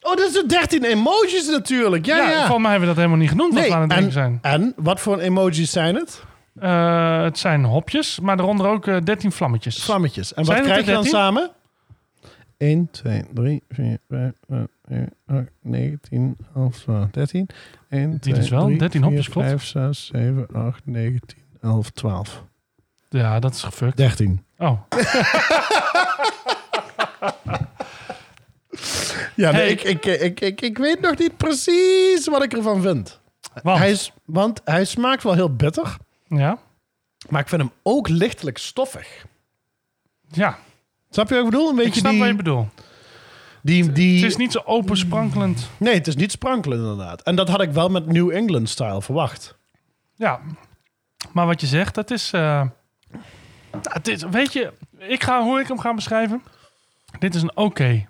S2: Oh, dat is de 13 emojis natuurlijk. Ja,
S1: Ja,
S2: ja.
S1: volgens mij hebben we dat helemaal niet genoemd. wat we aan het
S2: en,
S1: drinken zijn.
S2: en wat voor emojis zijn het?
S1: Eh, het zijn hopjes, maar daaronder ook eh 13 vlammetjes.
S2: Vlammetjes. En
S1: Zijn
S2: wat
S1: het
S2: krijg
S1: er
S2: je dan
S1: 13?
S2: samen? 1, 2, 3, 4, 5, 6, 8, 19, 11, 12, 13. 1,
S1: Dit is wel, 13 hopjes, klopt.
S2: 5, 6, 7, 8, 19, 11, 12.
S1: ja, dat is gefukt.
S2: 13.
S1: Oh,
S2: Ja, nee,
S1: Hey.
S2: ik, ik, ik, ik, ik weet nog niet precies wat ik ervan vind.
S1: want,
S2: Hij is, want hij smaakt wel heel bitter,
S1: ja,
S2: maar ik vind hem ook lichtelijk stoffig.
S1: ja,
S2: Snap je wat ik bedoel? Een
S1: ik
S2: beetje
S1: snap
S2: die,
S1: wat je bedoelt.
S2: die, die...
S1: Het is niet zo opensprankelend.
S2: Nee, het is niet sprankelen inderdaad. En dat had ik wel met New England-style verwacht.
S1: Ja, maar wat je zegt, dat is, eh, nou, het is weet je, ik ga, hoe ik hem ga beschrijven, dit is een oké,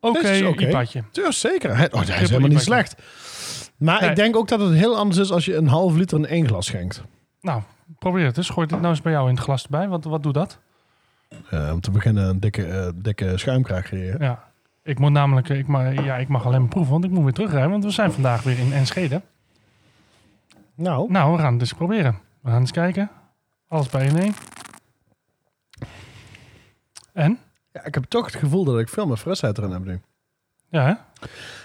S1: oké
S2: Dit is
S1: okay
S2: oké. Ja, zeker. Hij- Oh, hij is helemaal niet
S1: IPA'tje.
S2: slecht. Maar
S1: Nee.
S2: ik denk ook dat het heel anders is als je een half liter in één glas schenkt.
S1: Nou, probeer het eens. Gooi dit nou eens bij jou in het glas erbij. Wat, wat doet dat?
S2: Eh, om te beginnen een dikke, eh, dikke schuimkraag creëren.
S1: Ja, ik moet namelijk, eh, ik mag, ja, ik mag alleen maar proeven, want ik moet weer terugrijden, want we zijn vandaag weer in Enschede.
S2: Nou,
S1: Nou, we gaan het eens proberen. We gaan eens kijken. Alles bij in één. En?
S2: ja, ik heb toch het gevoel dat ik veel meer frisheid erin heb nu.
S1: Ja, hè?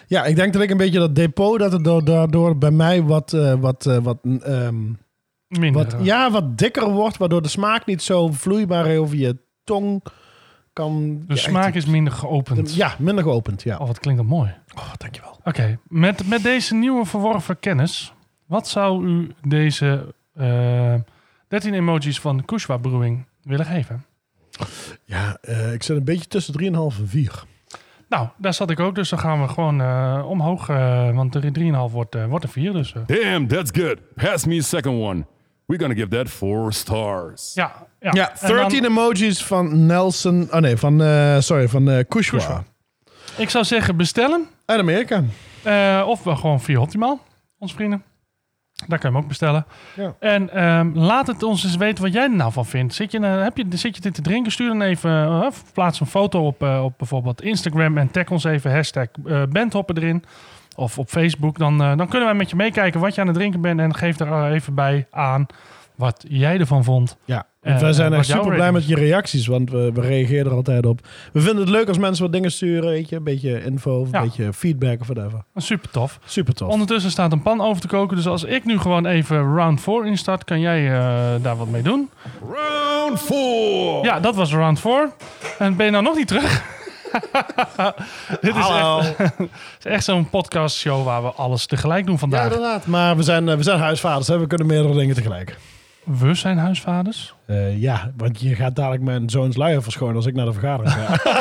S2: Ja, ik denk dat ik een beetje dat depot, dat het da- daardoor bij mij wat, eh, wat, eh, wat, ehm,
S1: Minder. eh.
S2: wat, ja, wat dikker wordt, waardoor de smaak niet zo vloeibaar over je tong kan...
S1: de
S2: ja,
S1: smaak is minder geopend.
S2: Ja, minder geopend, ja.
S1: Oh, wat klinkt dat mooi.
S2: Oh, dankjewel.
S1: Oké, met, met deze nieuwe verworven kennis, wat zou u deze eh, 13 emojis van Kushwa Brewing willen geven?
S2: Ja, eh, ik zit een beetje tussen 3,5 en 4.
S1: Nou, daar zat ik ook, dus dan gaan we gewoon eh, omhoog, eh, want de 3,5 wordt, eh, wordt een 4. Dus, eh,
S4: Damn, that's good. Pass me a second one. We're gonna give that four stars.
S1: ja, ja.
S2: Ja,
S1: En dan-
S2: 13 emojis van Nelson. Oh nee, van, eh, sorry, van eh Kushwa.
S1: Kushwa. ik zou zeggen bestellen,
S2: Uit Amerika.
S1: Eh, of wel gewoon via Optimaal, onze vrienden. Daar kan je hem ook bestellen.
S2: Ja.
S1: En ehm, laat het ons eens weten wat jij er nou van vindt. Zit je, nou- heb je, zit je dit te drinken? Stuur dan even, eh, of plaats een foto op, eh, op bijvoorbeeld Instagram en tag ons even hashtag eh, bandhoppen erin. Of op Facebook. Dan, eh, dan kunnen wij met je meekijken wat je aan het drinken bent. En geef er eh, even bij aan wat jij ervan vond.
S2: Ja.
S1: Eh,
S2: wij zijn
S1: wat
S2: echt
S1: jouw
S2: super blij met
S1: ratings?
S2: je reacties, want we, we reageren er altijd op. We vinden het leuk als mensen wat dingen sturen, weet je. Een beetje info, of
S1: Ja.
S2: een beetje feedback of whatever.
S1: Super tof.
S2: Super tof.
S1: Ondertussen staat een pan over te koken. Dus als ik nu gewoon even round 4 instart, kan jij eh, daar wat mee doen.
S4: Round four.
S1: Ja, dat was round 4. En ben je nou nog niet terug? <laughs> Dit is echt, is echt zo'n podcastshow waar we alles tegelijk doen
S2: Ja,
S1: vandaag.
S2: inderdaad. Maar we zijn, eh, we zijn huisvaders, hè. we kunnen meerdere dingen tegelijk.
S1: we zijn huisvaders.
S2: Eh, ja, want je gaat dadelijk mijn zoons luier verschonen als ik naar de vergadering ga.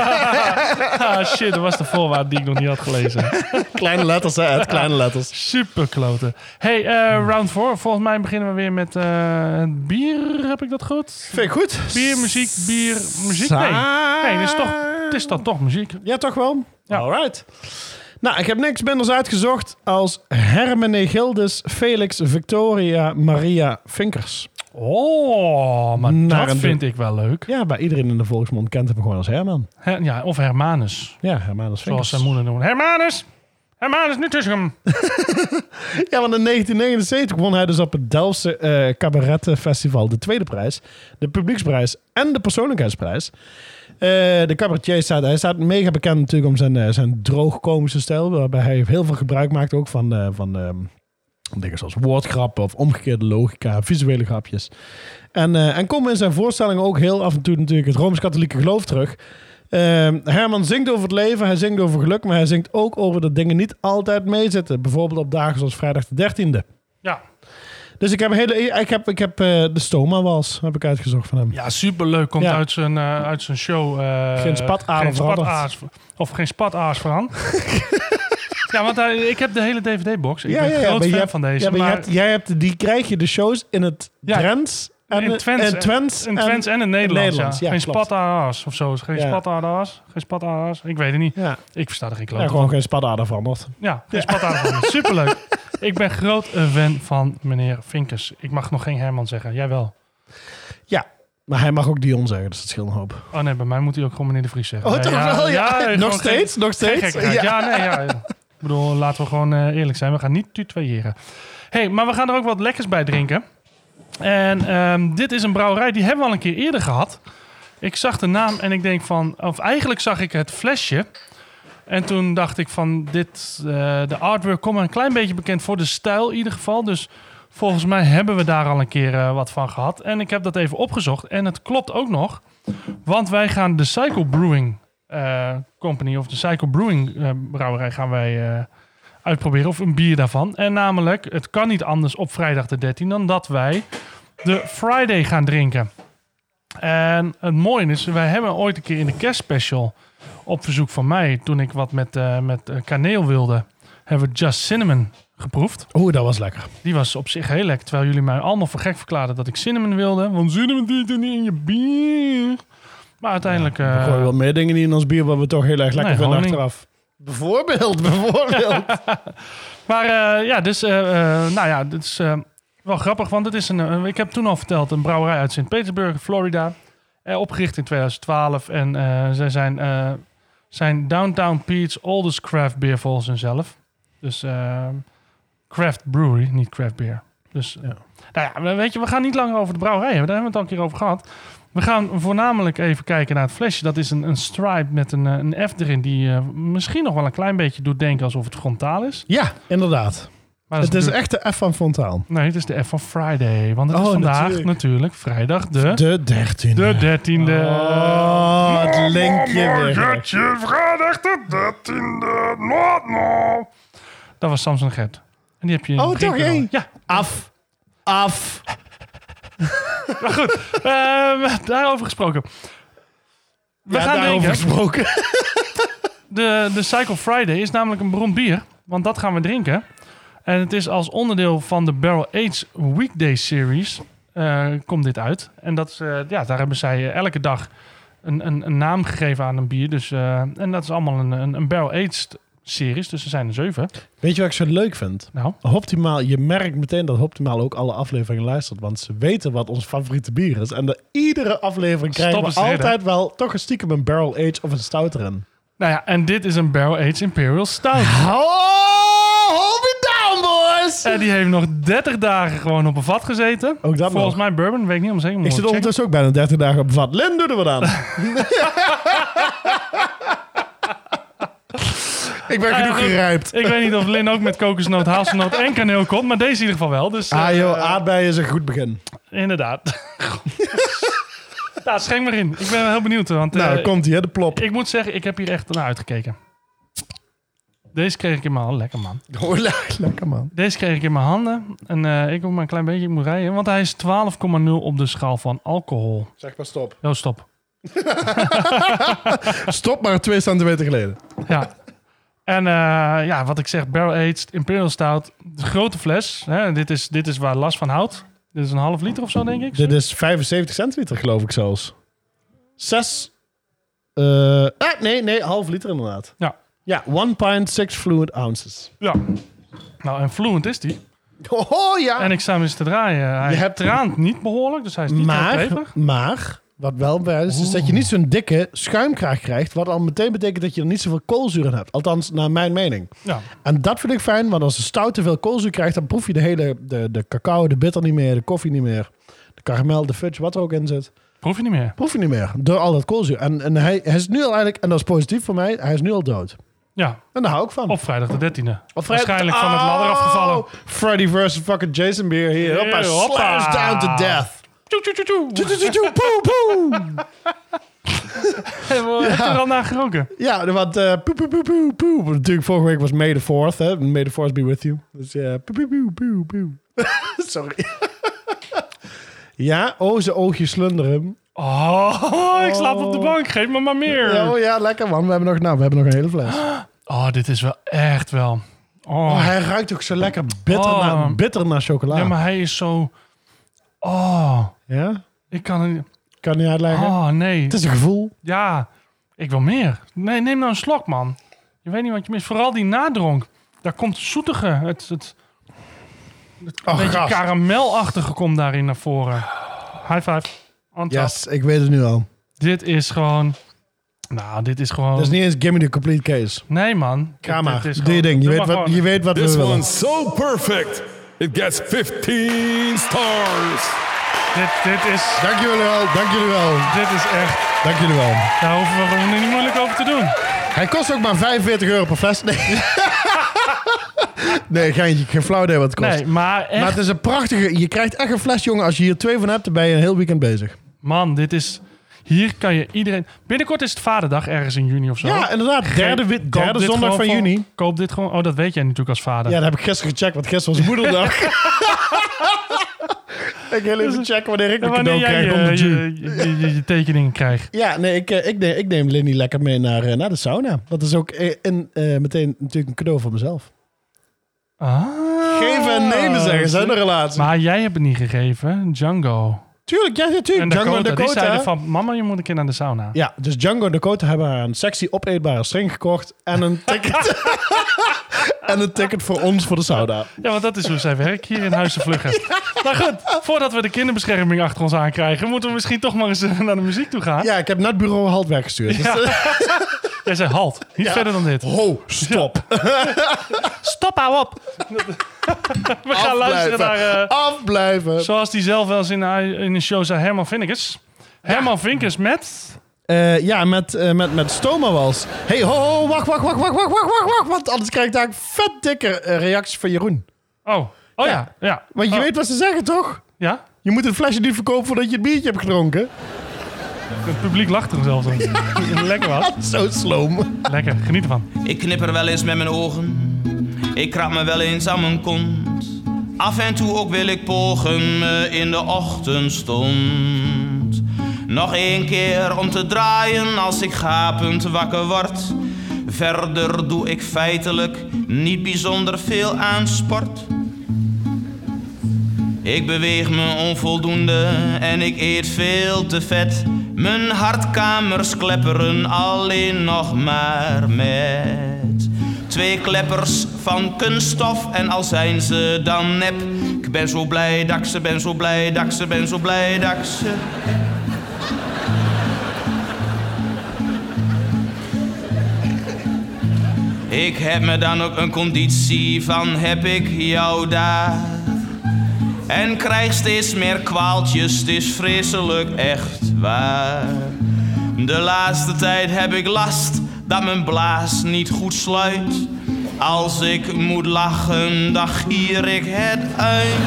S1: Ah shit, dat was de voorwaarde die ik nog niet had gelezen.
S2: <laughs> <laughs> kleine letters, hè, Ed, kleine letters.
S1: Super kloten. Hey, eh, round 4. Volgens mij beginnen we weer met eh, het bier. Heb ik dat goed?
S2: Vind ik goed.
S1: Bier, muziek, bier, muziek. Nee, nee het, is toch, het is dan toch muziek.
S2: Ja, toch wel? Alright. Nou, ik heb niks minders uitgezocht als Hermenegildes Felix Victoria Maria Vinkers.
S1: Oh, maar
S2: Naar
S1: dat
S2: een
S1: vind ik wel leuk.
S2: Ja, waar iedereen in de volksmond kent hem gewoon als Herman.
S1: Her- ja, of Hermanus,
S2: Ja, Hermanus
S1: zoals
S2: Vinkers.
S1: zijn moeder noemde. Hermanus! Hermanus, nu tussen hem!
S2: Ja, want in 1979 won hij dus op het Delftse eh Cabaret Festival de tweede prijs, de publieksprijs en de persoonlijkheidsprijs. Eh, de cabaretier staat, hij staat mega bekend natuurlijk om zijn, eh, zijn droogkomische stijl, waarbij hij heel veel gebruik maakt ook van, eh, van ehm, dingen zoals woordgrappen of omgekeerde logica, visuele grapjes. En, eh, en komen in zijn voorstellingen ook heel af en toe natuurlijk het Rooms-Katholieke geloof terug. Ehm, Herman zingt over het leven, hij zingt over geluk, maar hij zingt ook over dat dingen niet altijd meezitten. Bijvoorbeeld op dagen zoals vrijdag de 13e.
S1: Ja.
S2: Dus ik heb, hele, ik heb, ik heb eh, de Stoma-wals heb ik uitgezocht van hem.
S1: ja, superleuk. Komt
S2: Ja.
S1: uit, zijn, eh, uit zijn show. eh,
S2: Geen spatader
S1: geen
S2: veranderd.
S1: spataars- Of geen spataars van.
S2: <laughs>
S1: ja, want hij- ik heb de hele DVD-box. Ik ben groot
S2: maar
S1: fan
S2: je hebt-
S1: van deze.
S2: ja, maar je
S1: maar
S2: hebt- jij hebt, die krijg je de shows in het
S1: Ja,
S2: Drents en
S1: in
S2: het-
S1: Twents,
S2: en Twents
S1: in Twents en in Nederland.
S2: Nederlands,
S1: ja.
S2: ja,
S1: geen
S2: klopt.
S1: spataars of zo. Geen
S2: Ja.
S1: spataars. Geen spataars. Ik weet het niet.
S2: Ja,
S1: Ik versta er geen klote
S2: ja gewoon geen spadader veranderd.
S1: Ja, geen spataars.
S2: <laughs>
S1: van. Superleuk. Ik ben groot eh, fan van meneer Vinkers. Ik mag nog geen Herman zeggen. Jij wel.
S2: Ja, maar hij mag ook Dion zeggen, dus dat scheelt een hoop.
S1: Oh nee, bij mij moet hij ook gewoon meneer de Vries zeggen.
S2: Oh,
S1: Nee,
S2: toch wel? Ja, nog
S1: gewoon
S2: steeds? nog
S1: Geen
S2: steeds?
S1: gekkigheid. Ja, nee, ja. Ik bedoel, laten we gewoon eh, eerlijk zijn. We gaan niet tutoyeren. hey, maar we gaan er ook wat lekkers bij drinken. En ehm, dit is een brouwerij, die hebben we al een keer eerder gehad. Ik zag de naam en ik denk van... Of eigenlijk zag ik het flesje. En toen dacht ik van, dit, eh, de artwork komt me een klein beetje bekend voor. De stijl in ieder geval. Dus volgens mij hebben we daar al een keer eh, wat van gehad. En ik heb dat even opgezocht. En het klopt ook nog. Want wij gaan de Cycle Brewing eh, Company of de Cycle Brewing eh, brouwerij gaan wij eh, uitproberen. Of een bier daarvan. En namelijk, het kan niet anders op vrijdag de 13 dan dat wij de Friday gaan drinken. En het mooie is, wij hebben ooit een keer in de kerstspecial op verzoek van mij, toen ik wat met, eh, met eh, kaneel wilde, hebben we Just Cinnamon geproefd.
S2: Oeh, dat was lekker.
S1: Die was op zich heel lekker. Terwijl jullie mij allemaal voor gek verklaarden dat ik cinnamon wilde. Want cinnamon doet er niet in je bier. Maar uiteindelijk...
S2: We
S1: eh,
S2: gooien wel meer dingen in ons bier wat we toch heel erg lekker
S1: Nee,
S2: vinden
S1: honing.
S2: achteraf. Bijvoorbeeld, bijvoorbeeld.
S1: maar eh, ja, dus... eh, eh, nou ja, dit is eh, wel grappig. Want het is een... eh, ik heb toen al verteld, een brouwerij uit Sint-Petersburg, Florida. Eh, opgericht in 2012. En eh zij zijn, eh, zijn Downtown Pete's oldest craft beer volgens hunzelf. Dus eh, craft brewery, niet craft beer. Dus eh, nou ja, weet je, we gaan niet langer over de brouwerij hebben. Daar hebben we het al een keer over gehad. We gaan voornamelijk even kijken naar het flesje. Dat is een, een stripe met een, eh, een F erin die eh, misschien nog wel een klein beetje doet denken alsof het frontaal is.
S2: Ja, inderdaad.
S1: Maar dat
S2: Het is
S1: natuurlijk-
S2: echt de F van Fontaal.
S1: Nee, het is de F van Friday. Want het is
S2: Oh,
S1: vandaag natuurlijk,
S2: natuurlijk.
S1: vrijdag de, de,
S2: De 13e.
S1: 13e.
S2: Oh, het linkje weer.
S1: vrijdag de 13e. Dat was Samson Gert. En die heb je... in
S2: Oh,
S1: de drinker
S2: toch, hé?
S1: al- Ja,
S2: Af. Af.
S1: Ehm, daarover gesproken. We
S2: ja,
S1: gaan
S2: daarover
S1: drinken.
S2: gesproken.
S1: <laughs> De, de Cycle Friday is namelijk een bron bier. Want dat gaan we drinken. En het is als onderdeel van de Barrel Age Weekday Series. eh, komt dit uit. En dat is, eh, ja, daar hebben zij eh, elke dag een, een, een naam gegeven aan een bier. Dus, eh, en dat is allemaal een, een, een Barrel Aged series. Dus er zijn er zeven.
S2: Weet je wat ik zo leuk vind?
S1: Nou,
S2: Optimaal, je merkt meteen dat Optimaal ook alle afleveringen luistert. Want ze weten wat ons favoriete bier is. En de, iedere aflevering krijgen
S1: Stop
S2: we
S1: eens redden.
S2: altijd wel toch een stiekem een barrel age of een stout erin.
S1: nou ja, en dit is een Barrel Aged Imperial Stout.
S2: Oh, hold me down, boys!
S1: En die heeft nog 30 dagen gewoon op een vat gezeten.
S2: Ook dat
S1: Volgens
S2: nog.
S1: mij bourbon, weet ik niet om zeker.
S2: Ik
S1: moet
S2: zit
S1: checken.
S2: ondertussen ook bijna 30 dagen op vat. Lin, doe er wat
S1: <laughs>
S2: aan. ik ben
S1: Eh,
S2: genoeg gerijpt.
S1: Ik weet niet of Lin ook met kokosnoot, hazelnoot en kaneel komt, maar deze in ieder geval wel. Dus eh,
S2: Ah joh, aardbeien is een goed begin.
S1: inderdaad. <laughs> nou, schenk maar in. Ik ben wel heel benieuwd. Want, eh,
S2: Nou, komt ie, hè, de plop.
S1: ik, ik moet zeggen, ik heb hier echt naar uitgekeken. Deze kreeg ik in mijn handen. Lekker man.
S2: <laughs> Oh, le- lekker man.
S1: Deze kreeg ik in mijn handen. En eh, ik moet maar een klein beetje ik moet rijden. Want hij is 12,0 op de schaal van alcohol.
S2: Zeg maar stop.
S1: Oh, stop.
S2: Stop maar twee centimeter geleden.
S1: Ja. En eh, ja, wat ik zeg, barrel aged, imperial stout, de grote fles. Hè, dit, is, dit is waar Las van houdt. Dit is een half liter of zo, denk ik.
S2: Dit is 75 centiliter, geloof ik zelfs. Zes. eh, ah, nee, nee, half liter inderdaad.
S1: Ja.
S2: Ja, one pint, six fluid ounces.
S1: Ja. Nou, en fluent is die.
S2: Oh ja!
S1: En ik sta hem eens te draaien. Hij
S2: Je hebt-
S1: traant niet behoorlijk, dus hij is niet heel
S2: maar,
S1: kleverig.
S2: maar, wat wel bij is, is dat je niet zo'n dikke schuimkraag krijgt. Wat al meteen betekent dat je er niet zoveel koolzuur in hebt. Althans, naar mijn mening.
S1: Ja.
S2: En dat vind ik fijn, want als de stout te veel koolzuur krijgt, dan proef je de hele de, de cacao, de bitter niet meer, de koffie niet meer. De karamel, de fudge, wat er ook in zit.
S1: Proef je niet meer.
S2: Proef je niet meer door al dat koolzuur. En, en hij, hij is nu al eigenlijk, en dat is positief voor mij, hij is nu al dood.
S1: Ja,
S2: En daar hou ik van.
S1: op vrijdag de 13e.
S2: Of vrij-
S1: Waarschijnlijk van het ladder
S2: Oh,
S1: afgevallen.
S2: Freddy versus fucking Jason Beer hier. Hoppa,
S1: Hier, hoppa.
S2: slash down to death.
S1: Tjoe, tjoe, tjoe, tjoe.
S2: Tjoe, tjoe, tjoe, tjoe, poe, poe.
S1: Heb je er al naar geroken?
S2: Ja, want eh poe, poe, poe, poe, poe. Want Natuurlijk, vorige week was May the 4th, hè. May the 4th be with you. Dus ja, poe, poe, poe, poe, poe. <laughs> Sorry. ja, oh, zijn oogjes slunderen.
S1: Oh, ik slaap op de bank. Geef me maar meer.
S2: Ja, oh ja, lekker man. We hebben nog, nou, we hebben nog een hele fles.
S1: Oh, dit is wel echt wel. Oh,
S2: Oh, hij ruikt ook zo lekker bitter,
S1: Oh.
S2: naar, bitter naar chocola.
S1: ja, maar hij is zo. Oh,
S2: Ja?
S1: ik kan het niet.
S2: Kan niet uitleggen.
S1: Oh, nee.
S2: Het is een gevoel.
S1: Ja, ik wil meer. Nee, neem nou een slok, man. Je weet niet wat je mist. Vooral die nadronk. Daar komt het zoetige. Het, het
S2: Oh,
S1: beetje
S2: gast.
S1: karamelachtige komt daarin naar voren. High five. On top.
S2: Yes, ik weet het nu al.
S1: Dit is gewoon... Nou, dit is gewoon...
S2: Dat is niet eens Gimme the Complete Case.
S1: Nee, man.
S2: Ga maar,
S1: Dit is
S2: doe
S1: gewoon-
S2: je ding. Je
S1: Doe
S2: weet, wat,
S1: maar gewoon.
S2: je weet wat
S4: This
S2: we willen.
S4: one's so perfect, it gets 15 stars.
S1: Dit, dit, is,
S2: Dank jullie wel, dank jullie wel,
S1: dit is echt...
S2: dank jullie wel.
S1: Daar hoeven we gewoon niet moeilijk over te doen.
S2: Hij kost ook maar 45 euro per fles. Nee, nee geintje, geen flauw idee wat het kost.
S1: Nee, maar echt...
S2: Maar het is een prachtige... Je krijgt echt een fles, jongen. Als je hier twee van hebt, dan ben je een heel weekend bezig.
S1: Man, dit is... Hier kan je iedereen... Binnenkort is het vaderdag ergens in juni of zo.
S2: Ja, inderdaad. Derde, wi-
S1: Koop
S2: derde
S1: dit
S2: zondag
S1: gewoon
S2: van
S1: voor-
S2: juni.
S1: Koop dit gewoon... Oh, dat weet jij natuurlijk als vader.
S2: Ja, dat heb ik gisteren gecheckt, want gisteren was
S1: <laughs>
S2: moederdag. <laughs> ik heel even checken wanneer eh, ik
S1: Ja,
S2: mijn
S1: wanneer
S2: cadeau krijg
S1: jij je,
S2: onder June.
S1: je, je, je- je tekeningen krijgt.
S2: Ja, nee, ik, eh, ik, neem, ik neem Lindy lekker mee naar, eh, naar de sauna. Dat is ook eh, en, eh, meteen natuurlijk een cadeau voor mezelf.
S1: Ah.
S2: Geven en nemen zeggen ze in een relatie.
S1: Maar jij hebt het niet gegeven. Django.
S2: tuurlijk, ja,
S1: En
S2: natuurlijk.
S1: Dakota.
S2: Django en
S1: Die
S2: Dakota.
S1: zeiden van, mama, je moet een keer naar de sauna.
S2: Ja, dus Django en Dakota hebben haar een sexy opeetbare string gekocht. En een ticket. <laughs> en een ticket voor ons voor de sauna.
S1: Ja, want dat is hoe zij werkt hier in Huizen
S2: <laughs>
S1: Vluggen. Maar goed, voordat we de kinderbescherming achter ons aankrijgen... moeten we misschien toch maar eens eh, naar de muziek toe gaan.
S2: Ja, ik heb net bureau halt weggestuurd. Dus, eh,
S1: Jij zei, halt. Niet verder dan dit.
S2: ho, stop.
S1: <laughs> Stop hou
S2: <laughs>
S1: op. <laughs> we gaan luisteren naar... eh,
S2: Afblijven.
S1: zoals die zelf wel eens in, in een show zei, Herman Vinkers. Herman Vinkers met...
S2: Eh, ja, met, eh, met, met Stoma was. hey, ho, ho, wacht, wacht, wacht, wacht, wacht, wacht, wacht, wacht. Want anders krijg ik daar een vet dikke eh, reactie van Jeroen.
S1: Oh, oh ja.
S2: Ja.
S1: ja.
S2: Want je
S1: Oh,
S2: weet wat ze zeggen, toch?
S1: Ja?
S2: Je moet het flesje niet verkopen voordat je het biertje hebt gedronken.
S1: Het publiek lacht er
S2: <laughs>
S1: zelfs om. <laughs> Lekker wat.
S2: Zo
S1: <laughs>
S2: sloom.
S1: Lekker, geniet ervan.
S5: Ik knipper wel eens met mijn ogen. Ik krap me wel eens aan mijn kont. Af en toe ook wil ik pogen me in de ochtendstond. Nog één keer om te draaien als ik gapend wakker word. Verder doe ik feitelijk niet bijzonder veel aan sport. Ik beweeg me onvoldoende en ik eet veel te vet. Mijn hartkamers klepperen alleen nog maar met twee kleppers van kunststof en al zijn ze dan nep. Ik ben zo blij dat ik ze, ben zo blij dat ik ze, ben zo blij dat ik ze. Ik heb me dan ook een conditie van heb ik jou daar. En krijg steeds meer kwaaltjes, het is vreselijk echt waar. De laatste tijd heb ik last dat mijn blaas niet goed sluit. Als ik moet lachen, dan gier ik het uit.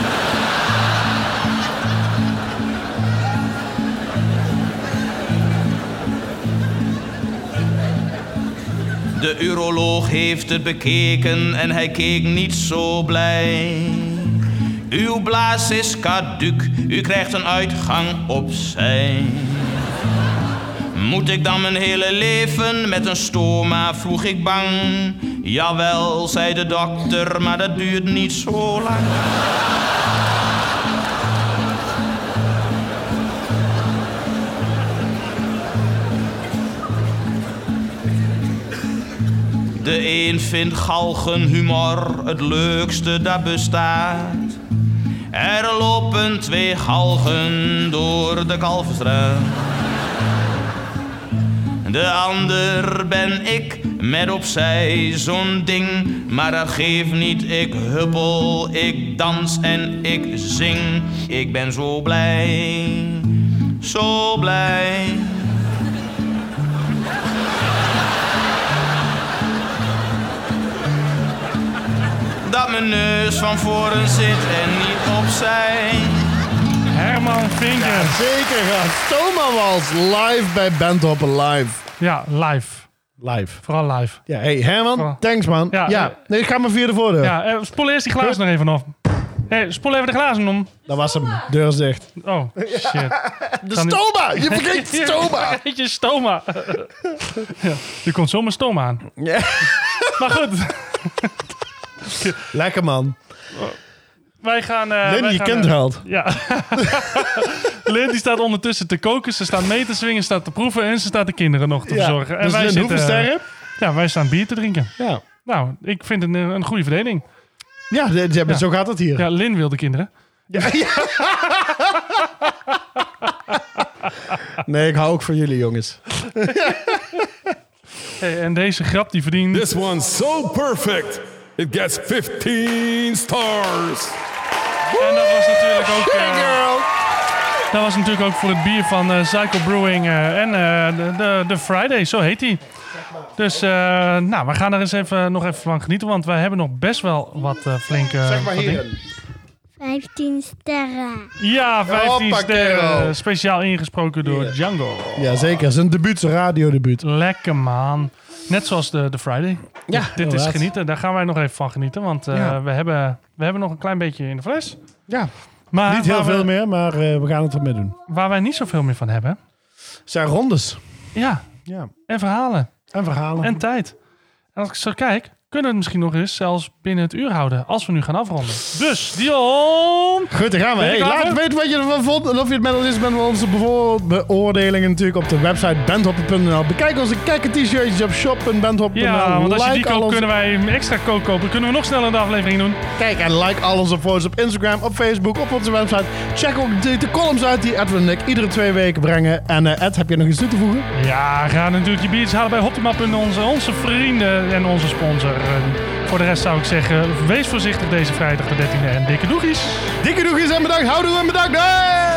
S5: De uroloog heeft het bekeken en hij keek niet zo blij. Uw blaas is caduc, u krijgt een uitgang opzij. Moet ik dan mijn hele leven met een stoma, vroeg ik bang. Jawel, zei de dokter, maar dat duurt niet zo lang. De De een vindt galgenhumor het leukste dat bestaat. Er lopen twee galgen door de Kalverstraat. De ander ben ik met opzij zo'n ding, maar dat geeft niet. Ik huppel, ik dans en ik zing. Ik ben zo blij, zo blij. Dat mijn neus van voren zit en niet opzij.
S1: Herman Vinken.
S2: Zeker, gast.
S7: Thomas Wals live bij Bandhoppen Live.
S1: Ja, live.
S2: Live.
S1: Vooral live.
S2: Ja, hey Herman,
S1: Oh.
S2: thanks man. Ja,
S1: Ja, eh,
S2: nee, ik ga maar via de voordeur.
S1: Ja, eh, spoel eerst die glazen nog even af. Hey, spoel even de glazen om.
S2: Dat was hem. Deur is dicht.
S1: Oh, shit.
S7: De stoma! Je vergeet de
S1: <laughs>
S7: stoma!
S1: Beetje stoma. ja, je komt zomaar stoma aan. Maar goed,
S2: <laughs> Lekker man.
S1: wij gaan... eh,
S2: Lenny,
S1: wij
S2: je
S1: gaan,
S2: kent
S1: eh,
S2: held.
S1: Ja. <laughs> Lynn die staat ondertussen te koken. Ze staat mee te swingen, staat te proeven en ze staat de kinderen nog te verzorgen. En
S2: dus
S1: wij
S2: Lin,
S1: zitten, eh,
S2: hoeveel sterren?
S1: Ja, wij staan bier te drinken.
S2: Ja,
S1: Nou, ik vind het een, een goede verdeling.
S2: ja, de- de- zo gaat het hier.
S1: Ja, Lin wil de kinderen.
S2: Nee, ik hou ook van jullie jongens.
S1: Hey, en deze grap die verdient...
S4: This one's so perfect, it gets 15 stars.
S1: En dat was natuurlijk ook... eh, dat was natuurlijk ook voor het bier van eh Zykel Brewing eh, en eh, de, de, de Friday, zo heet die. Dus eh, nou, we gaan er eens even, nog even van genieten, want wij hebben nog best wel wat eh, flinke... Zeg maar hier.
S8: 15 sterren.
S1: Ja, 15
S7: Hoppa, kerel.
S1: sterren. Speciaal ingesproken door Django.
S2: Ja, zeker. Zijn debuut, zijn radiodebuut.
S1: Lekker man. Net zoals de, de Friday.
S2: Ja,
S1: Dit is
S2: inderdaad.
S1: genieten. Daar gaan wij nog even van genieten. Want eh,
S2: Ja.
S1: we, hebben, we hebben nog een klein beetje in de fles.
S2: Ja,
S1: Ah, Maar
S2: niet heel
S1: waar,
S2: veel
S1: we,
S2: meer, maar eh, we gaan het ermee doen.
S1: waar wij niet zoveel meer van hebben.
S2: Zijn rondes.
S1: Ja,
S2: Ja.
S1: en verhalen.
S2: En verhalen.
S1: En tijd. En als ik zo kijk, kunnen we het misschien nog eens zelfs binnen het uur houden. Als we nu gaan afronden. Dus, Dion!
S2: Goed, daar gaan we.
S1: Ben je
S2: Hey,
S1: klaar
S2: laat
S1: voor?
S2: weten wat je ervan vond. En of je het met ons is met onze bevo- beoordelingen natuurlijk op de website bandhoppen.nl. Bekijk onze kijker t-shirtjes op shop.bandhoppen.nl.
S1: Ja, want als je die
S2: Like al
S1: koopt,
S2: onze-
S1: kunnen wij een extra kook kopen. Kunnen we nog sneller de aflevering doen.
S2: Kijk en like al onze foto's op Instagram, op Facebook, op onze website. Check ook de, de columns uit die Edwin en ik iedere twee weken brengen. En eh, Ed, heb je nog iets toe te voegen?
S1: Ja, ga natuurlijk je biertjes halen bij Hoptima.nl, onze, onze vrienden en onze sponsor. En voor de rest zou ik zeggen, wees voorzichtig deze vrijdag de 13e en dikke doegies.
S2: Dikke doegjes en bedankt. Houdoe en bedankt. Hey!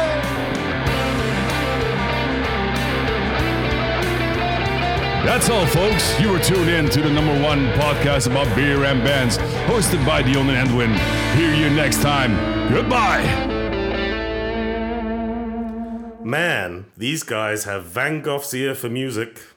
S4: That's all, folks. You were tuned in to the number one podcast about beer and bands, hosted by Dion and Edwin. Hear you next time. Goodbye.
S9: Man, these guys have Van Gogh's ear for music.